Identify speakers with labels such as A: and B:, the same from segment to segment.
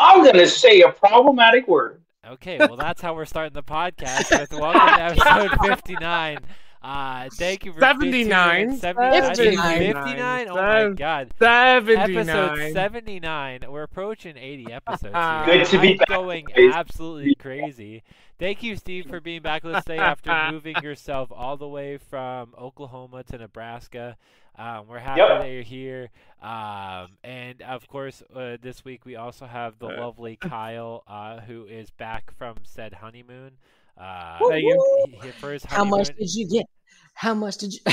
A: I'm gonna say a problematic word.
B: Okay, well that's how we're starting the podcast with welcome to episode 59. Uh, thank you for
C: 79.
B: 59.
C: 59.
B: 59. Oh my god.
C: 79.
B: Episode 79. We're approaching 80 episodes. here.
A: Good to be
B: I'm
A: back,
B: going
A: guys.
B: absolutely crazy. Thank you, Steve, for being back with us today after moving yourself all the way from Oklahoma to Nebraska. Um, we're happy
A: Yep.
B: that you're here. Um, and of course, uh, this week we also have the
C: Uh.
B: lovely Kyle, uh, who is back from said honeymoon. Uh,
C: Thank you.
B: he- he- for his
D: How much
B: honeymoon-
D: did you get? How much did you?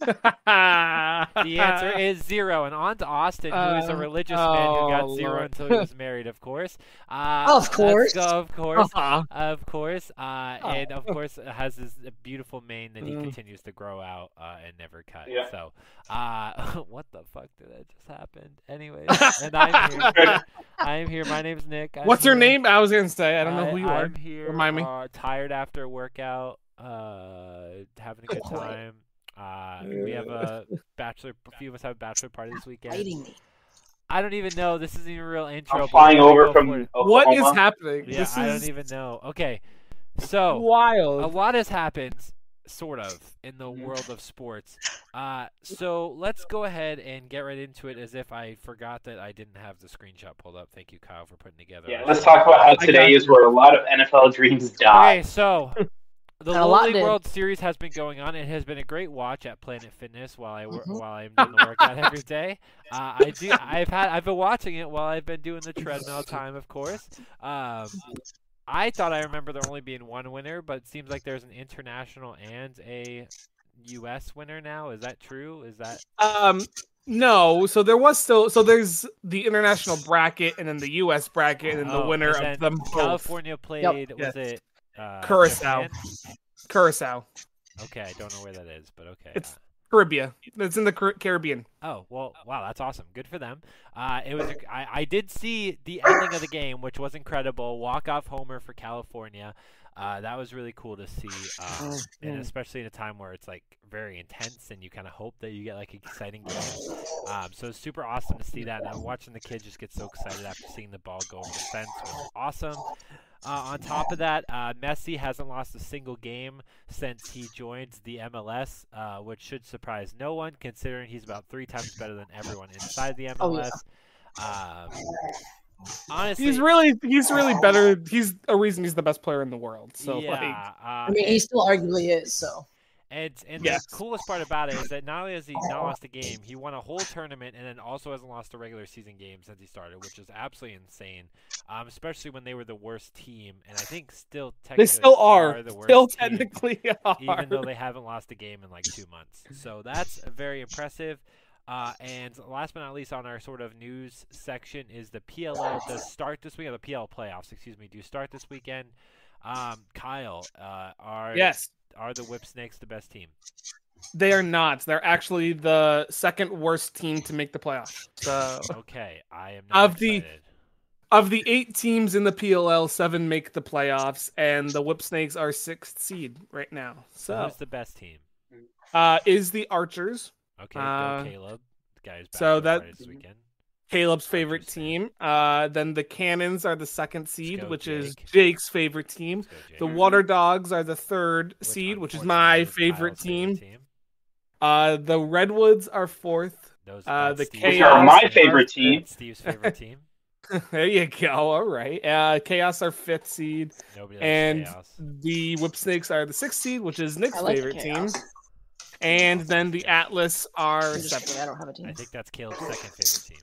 B: The answer is zero. And on to Austin, who is a
C: Uh,
B: religious man who got
C: oh,
B: zero
C: Lord.
B: until he was married, of course. Uh,
D: Of
B: let's
D: course.
B: go, of course.
C: Uh-huh.
B: Of course, uh,
C: Oh.
B: and of course uh, has this uh, beautiful mane that he
C: Mm.
B: continues to grow out uh, and never cut.
A: Yeah.
B: So, uh, what the fuck did that just happen? Anyways, and I'm here. I'm here. My name's Nick. I'm
C: What's her
B: here.
C: name? I was gonna say I don't know who you are.
B: I'm here,
C: Remind me.
B: uh, tired after a workout, uh, having a good
D: Quit.
B: time. Uh, we have a bachelor. A few of us have a bachelor party this weekend.
D: Biting me.
B: I don't even know. This isn't even a real intro.
A: I'm
B: but
A: flying
B: we're gonna
A: over
B: go
A: from
B: for it.
A: Oklahoma.
C: What is happening?
B: Yeah,
C: this
B: I
C: is
B: don't even know. Okay, so a
C: wild.
B: lot has happened, sort of, in the
A: Mhm.
B: world of sports. Uh, so let's go ahead and get right into it as if I forgot that I didn't have the screenshot pulled up. Thank you, Kyle, for putting together.
A: Yeah,
B: our-
A: let's talk about how
C: got
A: today
C: you.
A: is where a lot of NFL dreams die.
B: Okay, so the
D: And a lot
B: Lonely
D: did.
B: World Series has been going on. It has been a great watch at Planet Fitness while I wor-
D: Mhm.
B: while I'm doing the workout every day. Uh, I do. I've had. I've been watching it while I've been doing the treadmill time, of course. Um, I thought I remember there only being one winner, but it seems like there's an international and a U.S. winner now. Is that true? Is that
C: Um, no. So there was still. So there's the international bracket and then the U.S. bracket and then the
B: Oh,
C: winner
B: and
C: of
B: then
C: them both.
B: California played? Was
C: Yes.
B: it uh,
C: Curacao.
B: Japan?
C: Curacao,
B: Okay, I don't know where that is, but okay.
C: It's- Caribbean. It's in the Car- Caribbean.
B: Oh well, wow, that's awesome. Good for them. Uh, it was. a- I, I did see the ending of the game, which was incredible. Walk off homer for California. Uh, that was really cool to see, um, and
D: Mhm.
B: especially in a time where it's like very intense, and you kind of hope that you get like exciting games. Um, so it's super awesome to see that. And I'm watching the kids just get so excited after seeing the ball go over the fence was awesome. Uh, on top of that, uh, Messi hasn't lost a single game since he joined the MLS, uh, which should surprise no one, considering he's about three times better than everyone inside the MLS.
D: Oh, yeah.
B: um, honestly,
C: He's really. He's really better. He's a reason he's the best player in the world. So
B: Oh. yeah.
C: like,
B: uh,
D: I mean,
B: and-
D: he still arguably is. So
B: And, and
C: Yes.
B: the coolest part about it is that not only has he not lost a game, he won a whole tournament and then also hasn't lost a regular season game since he started, which is absolutely insane. Um, especially when they were the worst team, and I think still technically
C: they still are.
B: the worst
C: Still
B: team,
C: technically are.
B: even though they haven't lost a game in like two months. So that's very impressive. Uh, and last but not least, on our sort of news section is the PLL does start this weekend. The PL playoffs, excuse me, do start this weekend. Um, Kyle, uh, are
C: yes.
B: are the Whip Snakes the best team?
C: They are not. They're actually the second worst team to make the playoffs. So,
B: Okay, I am not
C: Of the-
B: excited.
C: of the eight teams in the PLL, seven make the playoffs, and the Whip Snakes are sixth seed right now. So,
B: Who's the best team?
C: uh, is the Archers
B: Okay,
C: Uh,
B: go Caleb. The guy's back
C: so that-
B: this weekend.
C: Caleb's favorite
B: Archers, yeah.
C: team? Uh, then the Cannons are the second seed,
B: go,
C: which is
B: Jake.
C: Jake's favorite team.
B: Let's go, Jake.
C: The
A: Mhm.
C: Water Dogs are the third seed, which is my
B: unfortunately is
C: favorite
B: Kyle's
C: team.
B: team.
C: Uh, the Redwoods are fourth.
B: Those
C: Uh,
B: that's
C: the
B: Steve's
A: Which
C: Chaos
A: are
B: favorite
A: my
B: team.
A: favorite team.
B: That's Steve's favorite team.
C: there you go. All right. Uh, Chaos are fifth seed.
B: Nobody likes
C: And
B: chaos.
C: the Whip Snakes are the sixth seed, which is Nick's
D: I like
C: favorite team.
D: chaos.
C: And then the Atlas are
D: I'm just
C: seventh.
D: kidding, I don't have a team.
B: I think that's Caleb's second favorite team.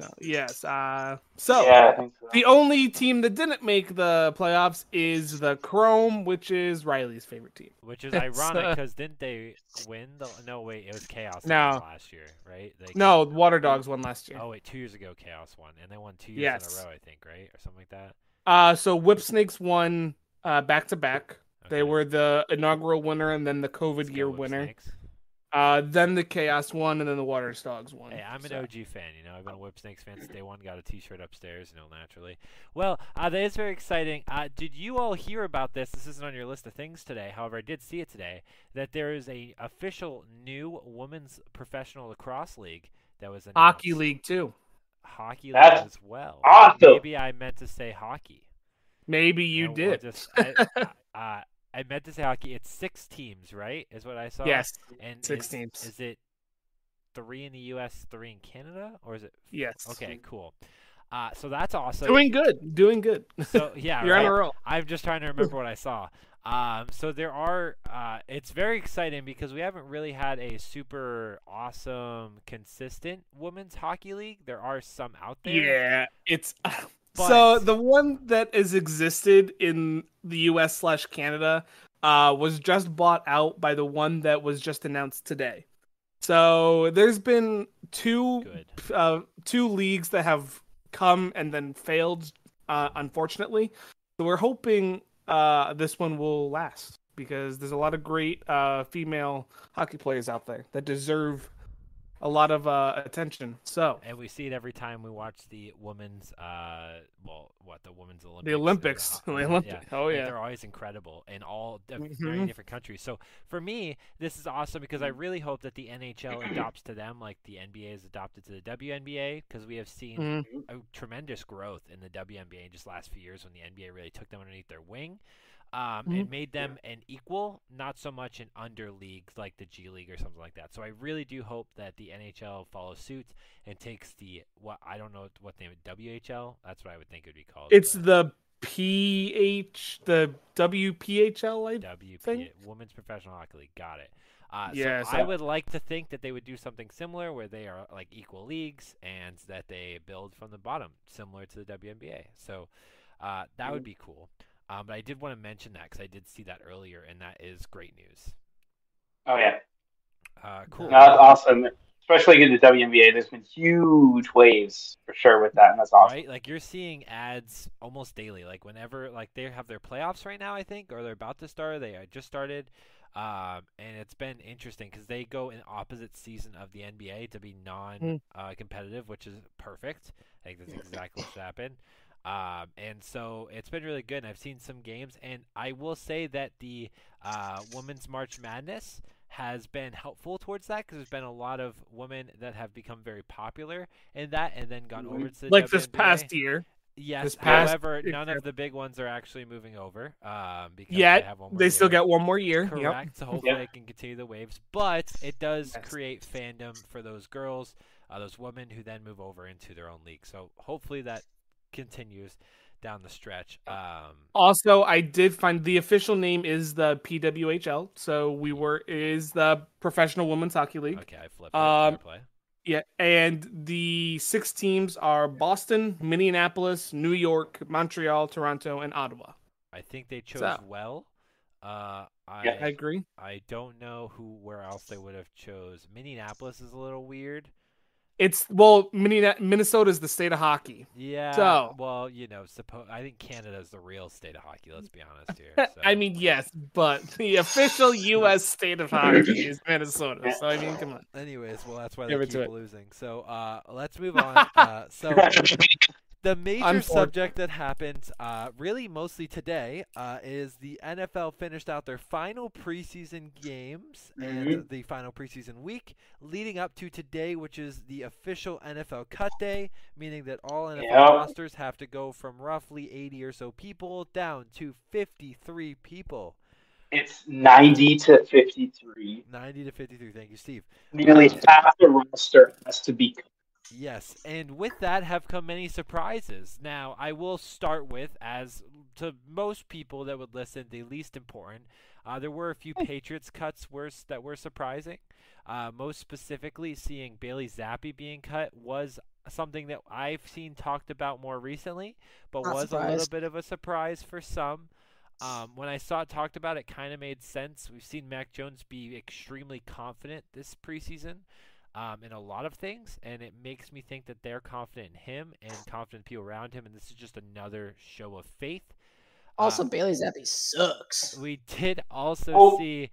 C: So, yes. Uh, so
A: yeah, I think so.
C: the only team that didn't make the playoffs is the Chrome, which is Riley's favorite team.
B: Which is
C: It's,
B: ironic
C: uh,
B: because didn't they win the? No, wait, it was chaos. that
C: No.
B: won last year, right? They
C: No, Water Dogs won last year.
B: Oh wait, two years ago chaos won, and they won two years
C: Yes.
B: in a row, I think, right, or something like that.
C: Uh, so Whip Snakes won uh, back to back.
B: Okay.
C: They were the inaugural winner and then the COVID
B: Let's go
C: year
B: Whip
C: winner.
B: Snakes.
C: Uh, then the Chaos won and then the Water Dogs won.
B: Hey, I'm an
C: So-
B: OG fan. You know, I've been a Whip Snakes fan since day one. Got a T-shirt upstairs, you know, naturally. Well, uh, that is very exciting. Uh, did you all hear about this? This isn't on your list of things today. However, I did see it today that there is a official new women's professional lacrosse league that was announced.
C: Hockey League, too.
B: hockey league
A: That's
B: as well.
A: awesome.
B: Maybe I meant to say hockey.
C: Maybe you
B: And we'll
C: did.
B: just- I, uh, I meant to say hockey. It's six teams, right? Is what I saw.
C: yes.
B: And
C: six
B: is,
C: teams.
B: Is it three in the U.S., three in Canada, or is it?
C: Yes.
B: Okay, cool. Uh, so that's awesome.
C: Doing good. Doing good.
B: so yeah,
C: You're on
B: right?
C: a roll.
B: I'm just trying to remember what I saw. Um, so there are. Uh, it's very exciting because we haven't really had a super awesome, consistent women's hockey league. There are some out there.
C: Yeah, it's
B: But-
C: so the one that has existed in the U.S. slash Canada uh, was just bought out by the one that was just announced today. So there's been two
B: Good.
C: uh, two leagues that have come and then failed, uh, unfortunately. So we're hoping uh, this one will last because there's a lot of great uh, female hockey players out there that deserve a lot of uh, attention. So
B: And we see it every time we watch the women's, uh, well, what the women's Olympics.
C: the
B: or
C: Olympics,
B: ho-
C: the
B: yeah,
C: Olympics. Oh
B: like,
C: yeah.
B: they're always incredible in all di- very
C: Mhm.
B: different countries. So for me, this is awesome because I
C: Mm-hmm.
B: really hope that the NHL adopts to them like the NBA is adopted to the WNBA because we have seen
C: Mhm.
B: a tremendous growth in the WNBA just last few years when the NBA really took them underneath their wing. Um, It
C: Mm-hmm.
B: made them an equal, not so much an under league like the G League or something like that. So I really do hope that the NHL follows suit and takes the what I don't know what name it WHL. That's what I would think it would be called.
C: It's
B: but-
C: the PH, the WPHL. I,
B: WPA,
C: thing?
B: Women's Professional Hockey League. Got it. Uh,
C: Yeah,
B: so,
C: so-
B: I would like to think that they would do something similar, where they are like equal leagues and that they build from the bottom, similar to the WNBA. So uh, that would be cool. Um, but I did want to mention that because I did see that earlier, and that is great news.
A: Oh yeah,
B: Uh, cool.
A: No, that's awesome. Especially in the WNBA, there's been huge waves for sure with that, and that's awesome.
B: Right, like you're seeing ads almost daily. Like whenever, like they have their playoffs right now, I think, or they're about to start. They uh, just started, um, and it's been interesting because they go in opposite season of the NBA to
A: Hmm.
B: be
C: Mm.
B: non-competitive, which is perfect. I think that's exactly what should happen. Um, and so it's been really good. And I've seen some games, and I will say that the uh, Women's March Madness has been helpful towards that because there's been a lot of women that have become very popular in that, and then gone
A: Mm-hmm.
B: over to the
C: like this
B: WNBA.
C: past year,
B: Yes,
C: This past-
B: however, none of
C: except-
B: the big ones are actually moving over. Um, because
C: Yet,
B: they, have one more
C: they still
B: year.
C: got one more year. Yep.
B: correct. So hopefully it can continue the waves, but it does
C: Yes.
B: create fandom for those girls, uh, those women who then move over into their own league. So hopefully that continues down the stretch. Um,
C: Also, I did find the official name is the PWHL. So we were is the Professional Women's Hockey League.
B: okay, I flipped.
C: Um,
B: it. Fair play.
C: Yeah, and the six teams are Boston, Minneapolis, New York, Montreal, Toronto, and Ottawa.
B: I think they chose
C: so-
B: well. Uh, I,
C: I agree.
B: I don't know who where else they would have chose. Minneapolis is a little weird.
C: It's well, Minne- Minnesota is the state of hockey.
B: Yeah.
C: So-
B: well, you know, suppose I think Canada's the real state of hockey. Let's be honest here. So.
C: I mean, yes, but the official U.S. state of hockey is Minnesota. So I mean, come on.
B: anyways, well, that's why
C: Give
B: they
C: it to
B: keep
C: it.
B: losing. So uh, let's move on. uh, so the major
C: Unfor-
B: subject that happened, uh, really mostly today, uh, is the NFL finished out their final preseason games and the final preseason week, leading up to today, which is the official NFL cut day, meaning that all NFL
A: Yeah.
B: rosters have to go from roughly 80 or so people down to 53 people.
A: It's ninety to fifty-three.
B: 90 to 53. Thank you, Steve.
A: Nearly half the roster has to be.
B: Yes, and with that have come many surprises. Now, I will start with, as to most people that would listen, the least important. Uh, there were a few Patriots cuts worse that were surprising. Uh, most specifically, seeing Bailey Zappi being cut was something that I've seen talked about more recently, but
D: Not
B: was a little
D: surprised.
B: bit of a surprise for some. Um, when I saw it talked about, it kind of made sense. We've seen Mac Jones be extremely confident this preseason um, in a lot of things, and it makes me think that they're confident in him and confident in people around him, and this is just another show of faith. Uh,
D: Also, Bailey Zappi sucks.
B: we did also
A: Oh.
B: see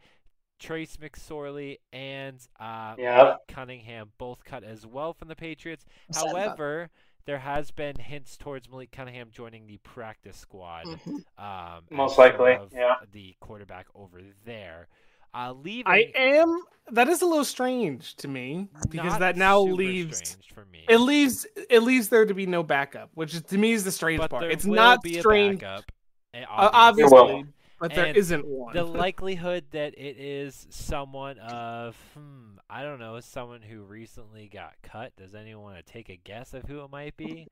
B: Trace McSorley and uh,
A: Yeah.
B: Malik Cunningham both cut as well from the Patriots.
D: I'm sad about
B: However, there has been hints towards Malik Cunningham joining the practice squad
D: it. Mhm.
B: um,
A: Hmm. Most
B: as
A: likely,
B: sort of
A: yeah.
B: The quarterback over there. Uh, leaving
C: I am. That is a little strange to me because
B: not
C: that now
B: super
C: leaves
B: strange for me.
C: it leaves it leaves there to be no backup, which is, to me is the strange
B: but
C: part.
B: there
C: It's
B: will
C: not
B: be a
C: strange,
B: backup, eh,
C: uh,
A: There will.
C: obviously, but there
B: And
C: isn't one.
B: the likelihood that it is someone of hmm, I don't know, someone who recently got cut. Does anyone want to take a guess of who it might be?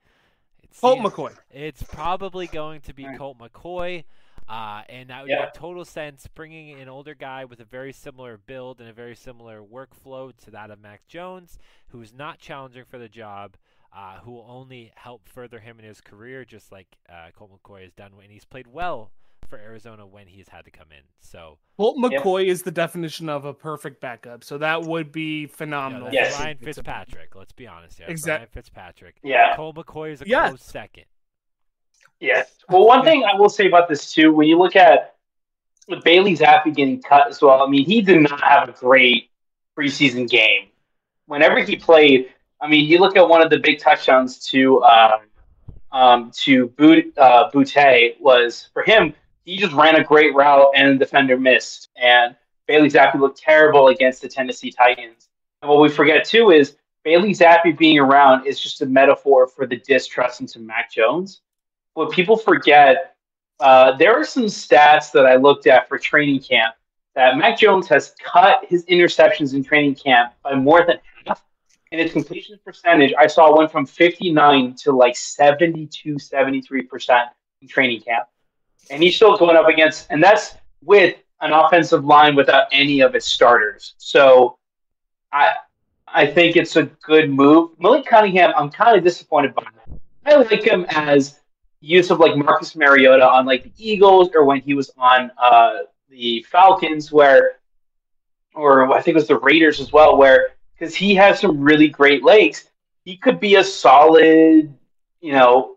B: It's
C: Colt McCoy.
B: It's probably going to be
A: Right.
B: Colt McCoy. Uh, and that would
A: Yeah.
B: make total sense bringing an older guy with a very similar build and a very similar workflow to that of Mac Jones, who is not challenging for the job, uh, who will only help further him in his career, just like uh, Colt McCoy has done when he's played well for Arizona when he's had to come in. So
C: Colt
A: Yeah.
C: McCoy is the definition of a perfect backup, so that would be
B: you know,
C: phenomenal.
B: that's
A: Yes.
B: Ryan Fitzpatrick. Let's be honest here.
C: Exact-
B: Ryan Fitzpatrick.
A: Yeah.
B: Cole McCoy is a
C: Yeah.
B: close second.
A: Yes. Well, one thing I will say about this too, when you look at Bailey Zappi getting cut as well, I mean, he did not have a great preseason game. Whenever he played, I mean, you look at one of the big touchdowns to um, um, to Boot uh, Boutte was for him. He just ran a great route and the defender missed, and Bailey Zappi looked terrible against the Tennessee Titans. And what we forget too is Bailey Zappi being around is just a metaphor for the distrust into Mac Jones what people forget, uh, there are some stats that I looked at for training camp that Mac Jones has cut his interceptions in training camp by more than half. And his completion percentage, I saw went from 59 to like 72, 73% in training camp. And he's still going up against, and that's with an offensive line without any of its starters. So I I think it's a good move. Malik Cunningham, I'm kind of disappointed by. I like him as use of like Marcus Mariota on like the Eagles or when he was on uh, the Falcons, where or I think it was the Raiders as well, where because he has some really great legs, he could be a solid, you know,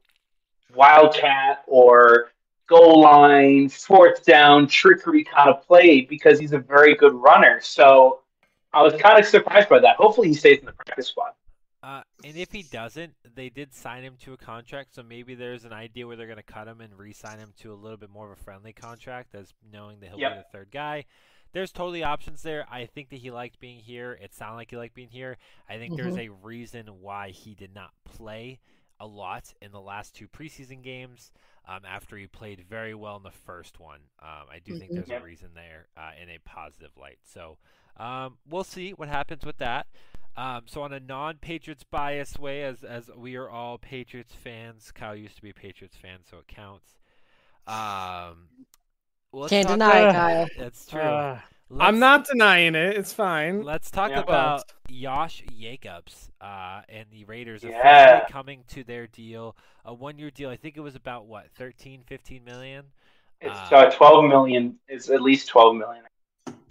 A: wildcat or goal line, fourth down, trickery kind of play because he's a very good runner. So I was kind of surprised by that. Hopefully, he stays in the practice squad.
B: Uh, and if he doesn't, they did sign him to a contract, so maybe there's an idea where they're going to cut him and re-sign him to a little bit more of a friendly contract, as knowing that he'll be
A: Yep.
B: the third guy. There's totally options there. I think that he liked being here. It sounded like he liked being here. I think there's a reason why he did not play a lot in the last two preseason games. Um, after he played very well in the first one, um, I do think
D: Mhm.
B: there's a
A: Yep.
B: reason there uh, in a positive light. So um, we'll see what happens with that. Um, so on a non-Patriots bias way, as as we are all Patriots fans, Kyle used to be a Patriots fan, so it counts. Um, well, let's
D: Can't
B: talk-
D: deny
C: uh,
D: it, Kyle.
B: That's true.
C: Uh,
B: Let's-
C: I'm not denying it. It's fine.
B: Let's talk
A: Yeah.
B: about Josh Jacobs uh, and the Raiders
A: Yeah.
B: officially coming to their deal, a one-year deal. I think it was about what 13, 15 million.
A: It's
B: Uh,
A: uh, 12 million. It's at least 12 million.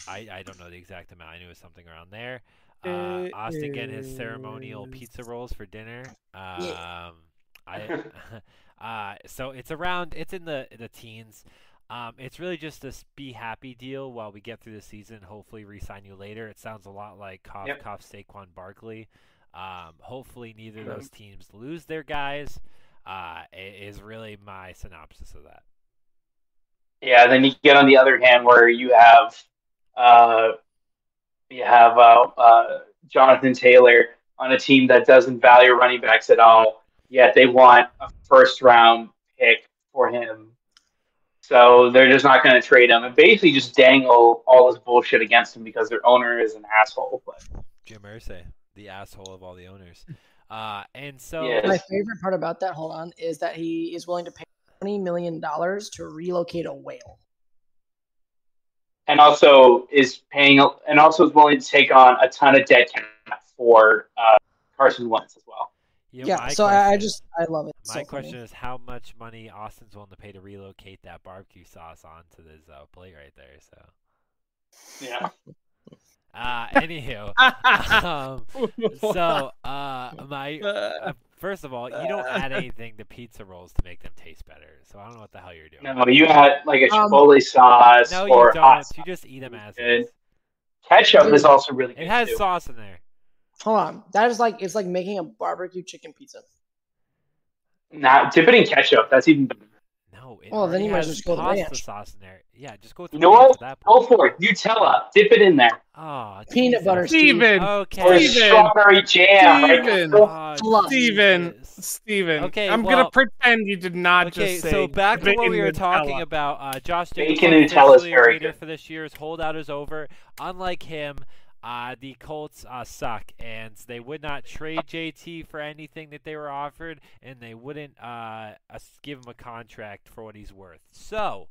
B: I, I don't know the exact amount. I knew it was something around there. Uh,
C: It
B: Austin getting his ceremonial
C: is-
B: pizza rolls for dinner. Um, I, uh, so it's around. It's in the the teens. Um, it's really just this be happy deal while we get through the season. Hopefully, re-sign you later. It sounds a lot like cough
A: Yep.
B: cough Saquon Barkley. Um, hopefully, neither of
A: Mhm.
B: those teams lose their guys. Uh, i- is really my synopsis of that.
A: Yeah, then you get on the other hand where you have uh, you have uh, uh, Jonathan Taylor on a team that doesn't value running backs at all. Yet they want a first round pick for him, so they're just not going to trade him and basically just dangle all this bullshit against him because their owner is an asshole. But
B: Jim Irsay, the asshole of all the owners. Uh, and so
A: Yeah.
D: My favorite part about that, hold on, is that he is willing to pay $20 million to relocate a whale.
A: and also is paying and also is willing to take on a ton of dead cap for uh, Carson Wentz as well.
B: you
D: Yeah,
B: know, my
D: so I, I
B: question-
D: just, I love it. It's
B: my
D: so funny.
B: question is how much money Austin's willing to pay to relocate that barbecue sauce onto this uh, plate right there. So,
A: Yeah.
B: uh, anywho,
C: Uh,
B: um, so uh, my uh, first of all, you don't add anything to pizza rolls to make them taste better. So I don't know what the hell you're doing.
A: No, you had like a
D: Um,
A: chipotle sauce or
B: No, you
A: hot
B: don't.
A: sauce.
B: You just eat them as
A: Good.
B: is.
A: ketchup is also really good.
B: It has
A: too.
B: sauce in there.
D: Hold on. That is like, it's like making a barbecue chicken pizza.
A: Nah, dip it in ketchup. That's even better.
B: No, it It
D: Well, then
B: already
D: you might
B: has
D: as well just go with
B: pasta
D: ranch.
B: sauce in there. Yeah, just go with
A: You know
B: ranch
A: what?
B: at That
A: Go
B: point.
A: for it. Nutella. Dip it in there.
B: Oh,
D: Peanut butter,
C: Steven.
B: Okay.
A: Or
C: Steven.
A: strawberry jam. right?
C: Steven.
A: Go-
B: Oh,
D: Fluff.
C: Steven,
B: Jesus.
C: Steven.
B: Okay,
C: I'm
B: well-
C: gonna pretend you did not
B: Okay,
C: just say.
B: so back to what
C: bacon
B: we were
C: with
B: talking
C: Nutella.
B: about. Uh, Josh
A: Bacon
B: Jacobs
A: and Nutella is
B: officially a
A: very
B: Raider
A: good.
B: for this year's holdout is over. Unlike him, uh, the Colts uh, suck, and they would not trade JT for anything that they were offered, and they wouldn't uh, us- give him a contract for what he's worth. So,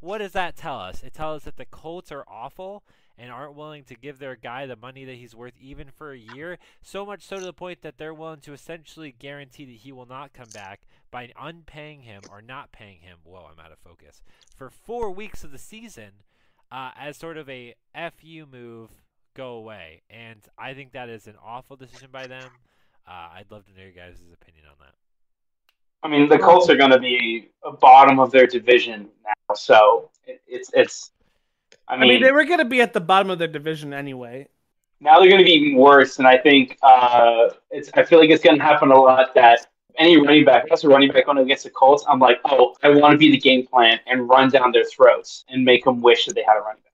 B: what does that tell us? It tells us that the Colts are awful and aren't willing to give their guy the money that he's worth even for a year. So much so to the point that they're willing to essentially guarantee that he will not come back by unpaying him or not paying him. Whoa, I'm out of focus. For four weeks of the season, uh, as sort of a fu move, go away. And I think that is an awful decision by them. Uh, I'd love to know your guys' opinion on that.
A: I mean, the Colts are going to be a bottom of their division now, so it, it's it's. I
C: I
A: mean,
C: mean, they were gonna be at the bottom of their division anyway.
A: now they're going to be even worse, and I think uh, it's. I feel like it's going to happen a lot that any running back, that's a running back going against the Colts. I'm like, oh, I want to be the game plan and run down their throats and make them wish that they had a running back.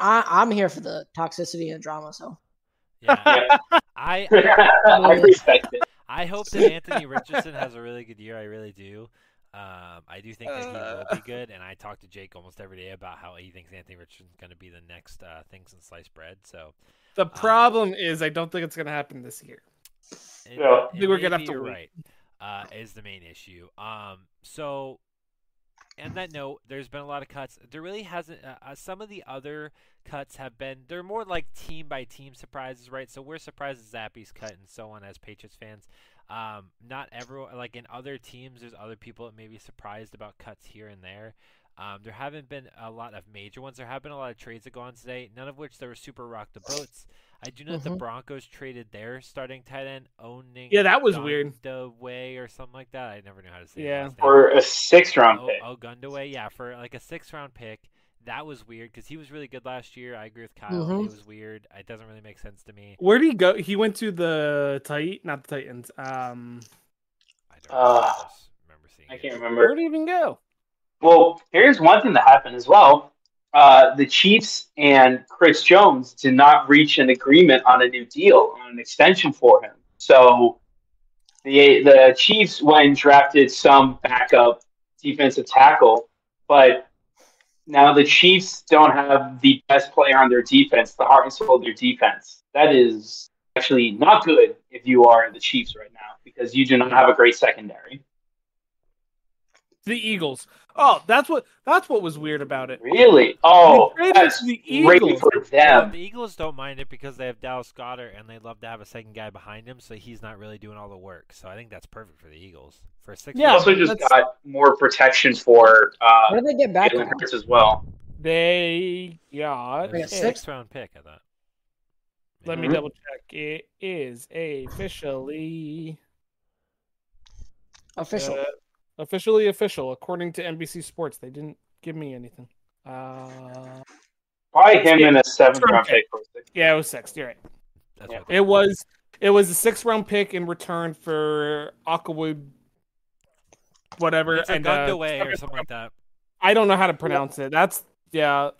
D: I, I'm here for the toxicity and drama. So
B: Yeah, I
A: I respect it.
B: I hope that Anthony Richardson has a really good year. I really do. Um, I do think that he will be good, and I talk to Jake almost every day about how he thinks Anthony Richardson's going to be the next uh, things in sliced bread. So
C: The
B: Ah.
C: problem is, I don't think it's gonna happen this year.
B: it,
A: Yeah. I
B: it
C: think we're
B: may
C: gonna
B: be
C: have to wait.
B: right. Uh, is the main issue. Um, so, on that note, there's been a lot of cuts. There really hasn't. Uh, uh, some of the other cuts have been. They're more like team by team surprises, right? So we're surprised at Zappy's cut and so on as Patriots fans. Um, not everyone like in other teams. There's other people that may be surprised about cuts here and there. Um, there haven't been a lot of major ones. There have been a lot of trades that go on today, none of which there were super rock the boats. I do know that the
D: Mhm.
B: Broncos traded their starting tight end, owning
C: Mm-hmm. Yeah, that was weird.
B: Way or something like that. I never knew how to say. his
C: Yeah.
B: last name.
A: For a six round pick.
B: Oh, Gundaway, yeah, for like a six round pick. That was weird because he was really good last year. I agree with Kyle.
D: Mhm.
C: Mm-hmm.
B: It was weird. It doesn't really make sense to me.
C: Where did he go? He went to the Titan, not the Titans. Um,
B: I don't
A: Ugh.
B: I just remember seeing.
A: I
B: it.
A: can't
C: where
A: remember.
C: did he even go?
A: Well, here's one thing that happened as well. Uh, the Chiefs and Chris Jones did not reach an agreement on a new deal, on an extension for him. So the the Chiefs went and drafted some backup defensive tackle, but now the Chiefs don't have the best player on their defense, the heart and soul of their defense. That is actually not good if you are the Chiefs right now because you do not have a great secondary.
C: The Eagles. Oh, that's what that's what was weird about it.
A: Really? Oh,
C: They traded
A: that's
C: to the
A: great
C: Eagles.
A: for
B: Well,
A: them.
B: Um, the Eagles don't mind it because they have Dallas Goddard and they'd love to have a second guy behind him, so he's not really doing all the work. So I think that's perfect for the Eagles for a six.
C: Yeah,
A: also
C: but
A: just
C: that's-
A: got more protection for uh,
D: what did they get back?
A: Jalen Hurts as well.
C: They got.
B: a
D: They
C: it.
D: got six?
B: six round pick. I thought.
C: Let me
A: Mhm.
C: double check. It is officially
D: Official.
C: uh, officially official according to NBC Sports. They didn't give me anything. Uh,
A: Probably him in a seventh round
C: Okay.
A: pick. for six.
C: yeah, it was six. You're right.
B: That's
A: Yeah.
B: what I
C: It
B: thought.
C: was it was a six round pick in return for Aquawood, whatever.
B: It's a
C: And uh,
B: Gundaway or something like that.
C: I don't know how to pronounce it. That's yeah,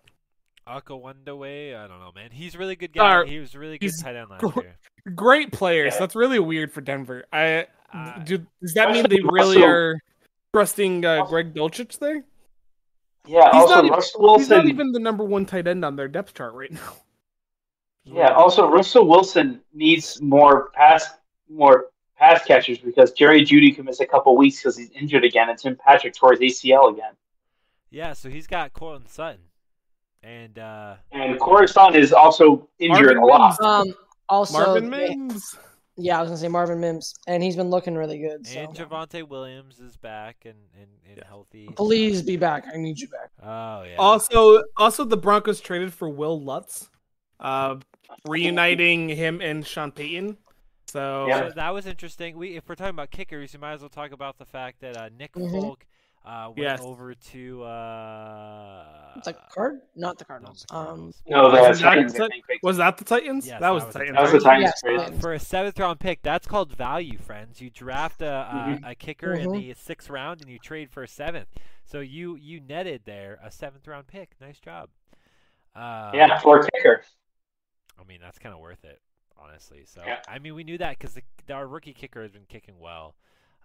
B: Akawandaway, I don't know, man. He's a really good guy.
C: Or-
B: he was a really good
C: he's
B: tight end last
C: gr-
B: year.
C: great players.
A: Yeah.
C: That's really weird for Denver. I
B: Uh,
C: do. Does that mean they
A: Russell-
C: really are trusting uh,
A: Russell-
C: Greg Dulcich there?
A: Yeah. also,
C: not even-
A: Russell
C: He's not
A: Wilson.
C: even the number one tight end on their depth chart right now.
A: yeah. Also, Russell Wilson needs more pass more pass catchers because Jerry Judy can miss a couple weeks because he's injured again, and Tim Patrick tore his ACL again.
B: Yeah, so he's got Cortland Sutton. And uh
A: And Coruscant is also injured
C: Marvin
A: a lot.
C: Mims.
D: Um. Also,
C: Marvin
D: they-
C: Mims.
D: yeah, I was gonna say Marvin Mims, and he's been looking really good. So.
B: and Javante Williams is back and, and, and healthy.
D: Please be back. I need you back.
B: Oh yeah.
C: Also, also the Broncos traded for Will Lutz, uh, reuniting him and Sean Payton. So
A: Yeah.
B: So that was interesting. We, if we're talking about kickers, you might as well talk about the fact that uh, Nick
D: Mhm.
B: Folk Uh, went
C: Yes.
B: over to uh,
D: The card, not the
B: not
D: Cardinals.
B: the
D: Um,
B: Cardinals.
A: No, the
C: Was
A: Titans.
C: it
A: I
C: Titans?
A: think, picked-
C: Was that the Titans?
B: Yes,
C: that was
B: that was the
C: the Titans.
A: that was the
C: right?
A: Titans.
D: Yes,
A: trade.
D: Titans.
B: for a seventh round pick, that's called value, friends. You draft a uh, a kicker
D: Mhm.
B: in the sixth round and you trade for a seventh. So you you netted there a seventh round pick. Nice job. Uh,
A: Yeah, for kicker.
B: I mean that's kind of worth it, honestly. So
A: Yeah.
B: I mean we knew that because our rookie kicker has been kicking well.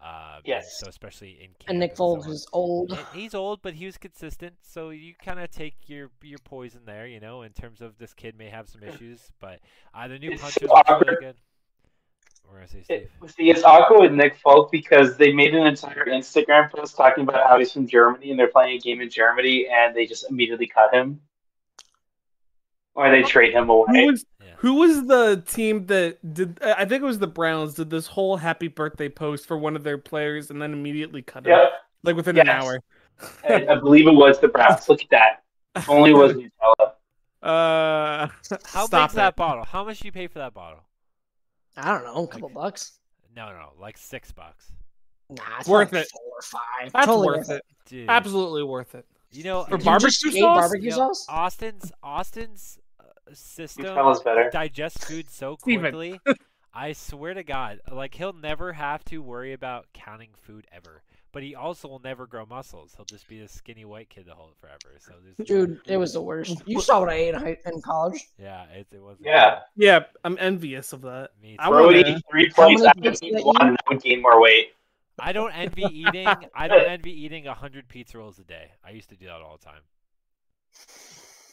B: Um, and
A: Yes.
B: So especially in camp
D: and Nick
B: so
D: Foles
B: on.
D: is old.
B: And he's old, but he was consistent. So you kind of take your your poison there, you know, in terms of this kid may have some issues, but uh, the new
A: It's
B: puncher's looks really
A: awkward.
B: good. We're gonna say Steve.
A: It, see, it's awkward with Nick Folk because they made an entire Instagram post talking about how he's from Germany and they're playing a game in Germany and they just immediately cut him. Or they trade him
C: Who
A: away.
C: was,
B: Yeah.
C: who was the team that did? I I think it was the Browns. Did this whole happy birthday post for one of their players and then immediately cut it
A: Yep,
C: like within an
A: Yes.
C: hour.
A: I, I believe it was the Browns. Look at that. If only it was Nutella.
C: Uh,
B: How
C: stop
B: big's that
C: it.
B: bottle? How much do you pay for that bottle?
D: I don't know, a couple bucks.
B: No, no, like six bucks.
D: Nah, it's
C: Worth
D: like
C: it.
D: Four or five.
C: That's
D: Totally
C: worth it.
B: Dude,
C: Absolutely worth it.
B: You know,
C: For
D: You
B: you-
C: barbecue
D: just ate
C: sauce?
D: Barbecue
B: Yo,
D: sauce.
B: Austin's Austin's uh, system
A: Nutella's better.
B: digests food so
C: Steven.
B: quickly. I swear to God, like he'll never have to worry about counting food ever. But he also will never grow muscles. He'll just be this skinny white kid the whole forever. So there's
D: Dude, it was the worst. You saw what I ate in high- in college.
B: yeah, it, it wasn't.
A: Yeah.
C: Yeah, I'm envious of that.
B: good. Me
C: I
B: too.
C: would-
A: Brody,
C: wanna-
A: three
D: How
A: plates
D: many
A: after
D: plates
A: each
D: did I
A: one, and I would gain more weight.
B: I don't envy eating. I don't envy eating hundred pizza rolls a day. I used to do that all the time.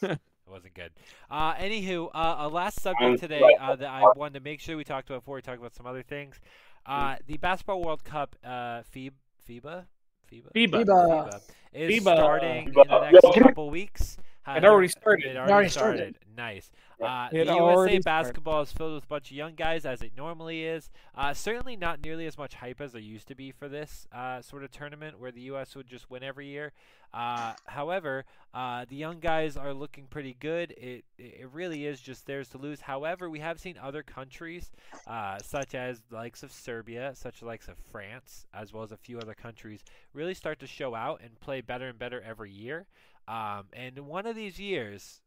B: It wasn't good. Uh, anywho, uh, a last
A: Um,
B: subject today
A: right.
B: uh, that I wanted to make sure we talked about before we talk about some other things. Uh, the Basketball World Cup, uh, FIB, FIBA, FIBA,
C: FIBA.
D: FIBA.
B: is
C: FIBA.
B: starting in
A: FIBA.
B: the next
A: Yo, can-
B: couple weeks. Uh,
C: It already started.
B: It
C: It
B: already
D: already
B: started.
D: started.
B: Nice.
A: Yeah.
B: Uh,
C: It
B: the USA
C: already started.
B: basketball is filled with a bunch of young guys, as it normally is. Uh, certainly not nearly as much hype as there used to be for this uh, sort of tournament, where the U.S. would just win every year. Uh, however, uh, the young guys are looking pretty good. It it really is just theirs to lose. However, we have seen other countries, uh, such as the likes of Serbia, such as the likes of France, as well as a few other countries, really start to show out and play better and better every year. Um, and one of these years,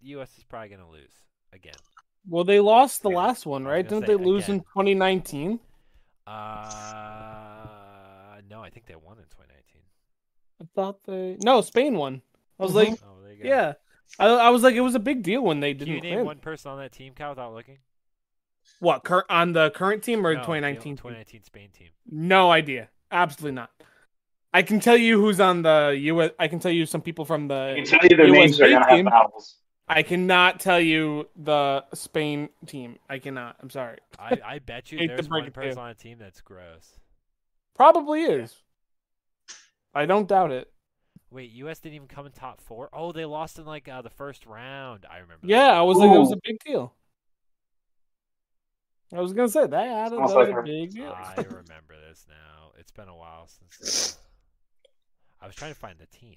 B: the U.S. is probably going to lose again.
C: Well, they lost the
B: Yeah,
C: last one,
B: I was
C: right?
B: gonna
C: Didn't
B: say,
C: they lose in
B: again.
C: 2019?
B: Uh, no, I think they won in 2019.
C: I thought they. No, Spain won. I was
D: Mhm.
C: like,
B: Oh, there you go.
C: yeah. I, I was like, it was a big deal when they
B: Can you
C: didn't
B: name
C: win.
B: one person on that team, Kyle, without looking?
C: What cur- on the current team or
B: No, the
C: 2019?
B: 2019 Spain team.
C: No idea. Absolutely not. I can tell you who's on the U.S. I can tell you some people from
A: I can
C: the.
A: tell you their
C: It was
A: names are going to
C: eighteen.
A: have vowels.
C: I cannot tell you the Spain team. I cannot. I'm sorry.
B: I, I bet you
C: Hate to
B: there's
C: break
B: one
C: it to
B: person
C: you.
B: on a team that's gross.
C: Probably is. I don't doubt it.
B: Wait, U.S. didn't even come in top four. Oh, they lost in like uh, the first round. I remember. that
C: Yeah, I
B: now.
C: was like, that was
A: Ooh.
C: a big deal. I was gonna say that. That
A: Sounds
C: was
A: like
C: a
A: a-
C: big deal.
B: I remember this now. It's been a while since. I was trying to find the team.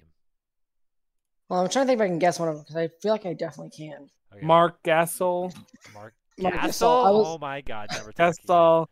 D: Well, I'm trying to think if I can guess one of them because I feel like I definitely can.
B: Okay,
C: Mark Gasol,
B: Mark
D: Mark Gasol. I
B: Gasol.
D: was-
B: oh my God, never talk again.
C: Gasol.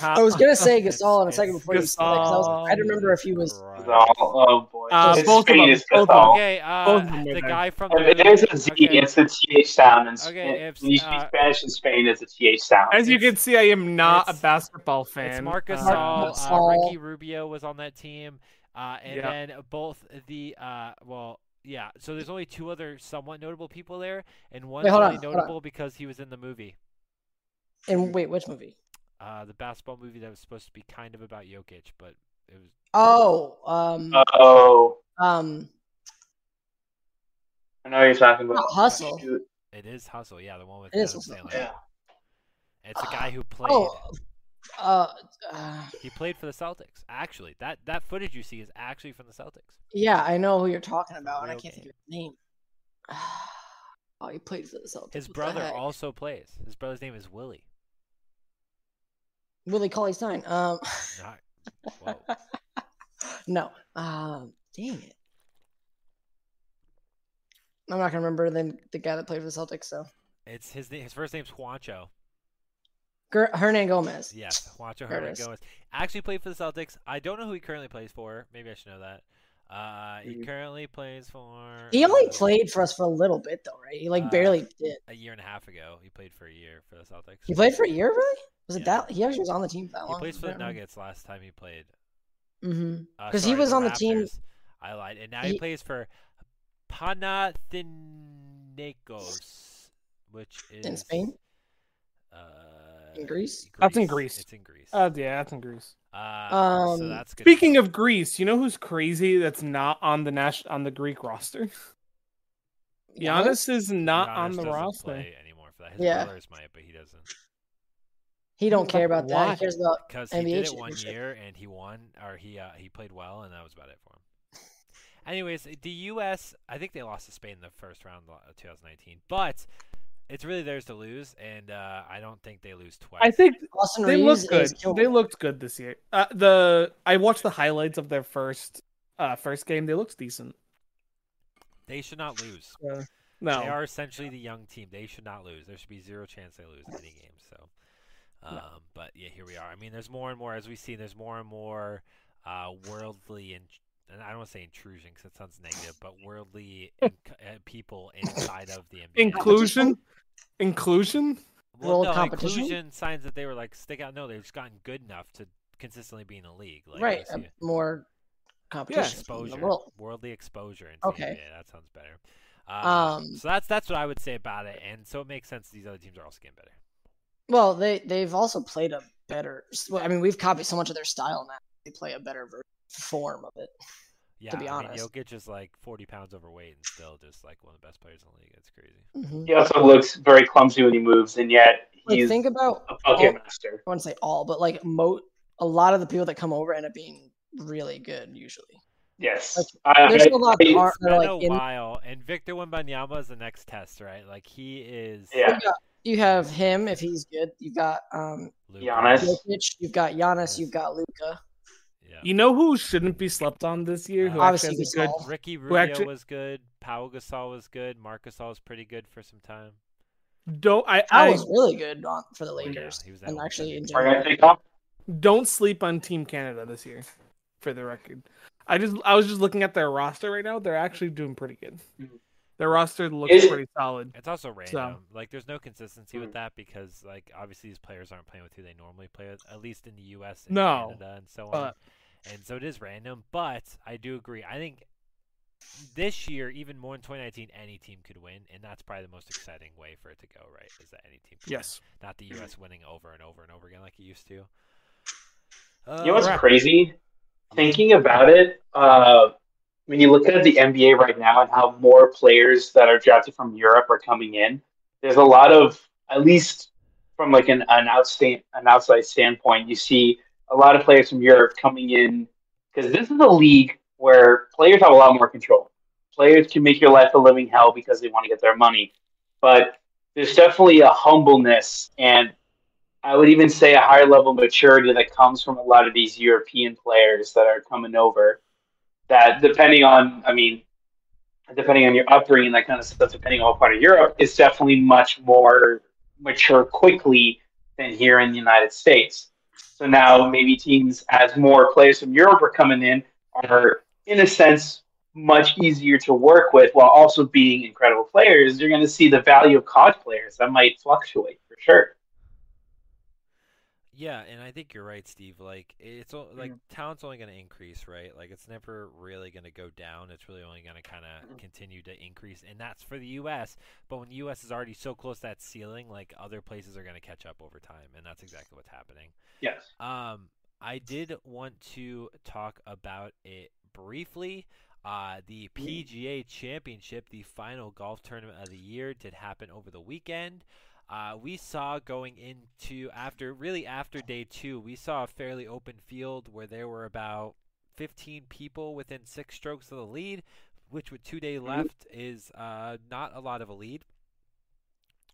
D: I was gonna say Gasol in a
B: It's-
D: second
B: it's
D: before you said that 'cause I, was, I
C: Gasol.
D: remember if he was.
B: Christ.
A: Vowel. Oh, boy.
C: Uh,
A: It's
C: both of
A: Spain
C: them,
A: is
C: both of
A: Cathal.
B: Okay,
C: Both
B: uh,
C: of them are
B: the
C: there.
B: guy from
A: If it
B: the
A: is a Z,
B: okay.
A: it's a TH sound. And
B: Okay, if,
A: when you speak
B: uh,
A: Spanish in Spain, it's a TH sound.
C: As you can see, I am not a
B: It's-
C: basketball fan.
B: It's Marc
C: Uh,
B: Gasol. Uh,
D: Gasol.
B: Ricky Rubio was on that team, uh, and
C: Yeah.
B: then both the uh, well, yeah. So there's only two other somewhat notable people there, and one's
D: hold
B: only
D: on, hold on.
B: notable because he was in the movie,
C: Oh.
D: And wait, which movie?
B: uh, the basketball movie that was supposed to be kind of about Jokic, but it was
D: Oh, um,
C: Uh,
A: Oh,
D: um,
A: I know what you're talking about.
D: Not Hustle.
A: Shoot.
B: it is Hustle, yeah, the one with
D: It is
B: Adam
D: Hustle,
B: Sandler.
A: Yeah.
B: It's a guy who played.
D: oh, uh, uh,
B: He played for the Celtics. Actually, that that footage you see is actually from the Celtics.
D: yeah, I know who you're talking about, and I
B: Real
D: can't think
B: game.
D: of his name. Oh, he played for the Celtics.
B: His
D: What the
B: brother
D: heck?
B: also plays. His brother's name is Willie.
D: Willie Cauley Stein. Um,
B: Not, whoa.
D: no. Um, dang it. I'm not gonna remember the the guy that played for the Celtics. So
B: It's his name. His first name's Juancho.
D: Ger- Hernan Gomez.
B: Yes, Juancho
D: There it
B: Hernan
D: is.
B: Gomez actually played for the Celtics. I don't know who he currently plays for. Maybe I should know that. Uh, he
A: Mhm.
B: currently plays for.
D: Mm-hmm. He only
B: uh,
D: played for us for a little bit though, right? He like
B: Uh,
D: barely did.
B: a year and a half ago. He played for a year for the Celtics.
D: He played for a year, really? Oh, Was it
B: Yeah.
D: that? He actually was on the team for that
B: He
D: long.
B: plays for the Nuggets last time he played.
D: Mm-hmm.
B: Uh,
D: 'Cause he
B: sorry,
D: was on the team-
B: Raptors. I lied. And now he,
D: He-
B: plays for Panathinaikos, which is
D: In Spain?
B: Uh,
D: In Greece?
C: That's in Greece.
B: It's in Greece.
C: Uh, yeah, that's in Greece.
B: Uh, so
D: um,
B: that's good.
C: Speaking of Greece, you know who's crazy? That's not on the Nash on the Greek roster. Giannis is not
B: Giannis
C: on the
B: doesn't
C: roster.
B: play anymore for that. His
D: Yeah.
B: brothers might, but he doesn't
D: He don't care about that.
C: Why?
D: He cares about
B: because he
D: NBA
B: did it one
D: championship.
B: year and he won, or he uh, he played well, and that was about it for him. Anyways, the U.S. I think they lost to Spain in the first round of 2019, but it's really theirs to lose, and uh, I don't think they lose twice.
C: I think
D: Austin
C: they
D: Reeves.
C: looked good.
D: Is killed.
C: They looked good this year. Uh, the I watched the highlights of their first uh, first game. They looked decent.
B: they should not lose.
C: Uh, no,
B: They are essentially the young team. They should not lose. There should be zero chance they lose any game. So, um, but yeah, here we are. I mean, there's more and more as we see. There's more and more uh, worldly and and I don't want to say intrusion because it sounds negative, but worldly in, uh, people inside of the NBA.
C: inclusion, inclusion.
B: well,
D: World
B: no,
D: competition?
B: inclusion signs that they were like stick out. No, they've just gotten good enough to consistently be in the league. Like,
D: right.
B: I see
D: a-
B: it.
D: More competition. in the
B: exposure,
D: world.
B: worldly exposure. Into
D: Okay.
B: okay, yeah, that sounds better. Uh,
D: Um,
B: so that's that's what I would say about it, and so it makes sense these other teams are also getting better.
D: Well, they they've also played a better. well, I mean, we've copied so much of their style now. They play a better ver- form of it.
B: Yeah,
D: be
B: I mean,
D: honest.
B: Jokic is like 40 pounds overweight and still just like one of the best players in the league. It's crazy.
D: Mhm.
A: He also looks very clumsy when he moves, and yet
D: Like,
A: Mm-hmm. he's
D: think about
A: a
D: all,
A: bucket
D: I
A: master.
D: wouldn't say all, but like mo a lot of the people that come over end up being really good usually. Like,
A: Yes, I,
D: There's
A: I-
D: a lot that
A: I-
D: aren't
B: It's
D: that
B: been
D: are like
B: a
D: in.
B: while, and Victor Wembanyama is the next test, right? Like he is.
A: Yeah.
D: You, got, you have him if he's good. You've got um
B: Luka.
A: Giannis.
D: Jokic. You've got Giannis. You've got Luca.
B: Yeah.
C: You know who shouldn't be slept on this year? Who
B: Uh,
C: actually has a
D: Obviously
C: good?
D: Gasol.
B: Ricky Rubio
C: actu-
B: was good. Paul Gasol was good. Marcus Gasol was pretty good for some time.
C: Don't I,
D: That
C: I
D: was really good on, for the
B: Well, yeah,
D: Lakers.
B: he was
D: and
B: that
D: actually in
A: Are you
D: general.
A: gonna pick up?
C: don't sleep on Team Canada this year, for the record. I just I was just looking at their roster right now. They're actually doing pretty good.
B: Mm-hmm.
A: Mhm.
C: Their roster looks
A: Is-
C: pretty solid.
B: It's also random. Like there's no consistency with
A: Mm.
B: that because like obviously these players aren't playing with who they normally play with, at least in the US and
C: No,
B: Canada and so on.
C: but-
B: and so it is random, but I do agree. I think this year, even more in 2019, any team could win, and that's probably the most exciting way for it to go, right? Is that any team? Could
C: Yes.
B: win, not the U.S. winning over and over and over again like it used to. Um, Uh,
A: You know what's
C: Correct.
A: crazy? Thinking about it, uh, when you look at the NBA right now and how more players that are drafted from Europe are coming in, there's a lot of, at least from like an, an, outsta- an outside standpoint, you see a lot of players from Europe coming in because this is a league where players have a lot more control. Players can make your life a living hell because they want to get their money. But there's definitely a humbleness and I would even say a higher level of maturity that comes from a lot of these European players that are coming over. That depending on, I mean, depending on your upbringing, that kind of stuff, depending on what part of Europe, is definitely much more mature quickly than here in the United States. So now maybe teams, as more players from Europe are coming in, are in a sense much easier to work with while also being incredible players. You're going to see the value of college players that might fluctuate for sure.
B: Yeah, and I think you're right, Steve. Like it's o- like talent's only going to increase, right? Like it's never really going to go down. It's really only going to kind of
A: Mhm.
B: continue to increase, and that's for the U.S. But when U.S. is already so close to that ceiling, like other places are going to catch up over time, and that's exactly what's happening.
A: Yes.
B: Um, I did want to talk about it briefly. Uh, the PGA Championship, the final golf tournament of the year, did happen over the weekend. Uh, we saw going into after really after day two, we saw a fairly open field where there were about 15 people within six strokes of the lead, which with two day left is uh, not a lot of a lead.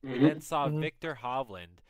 A: Mm-hmm.
B: We then saw
C: Mhm.
B: Victor Hovland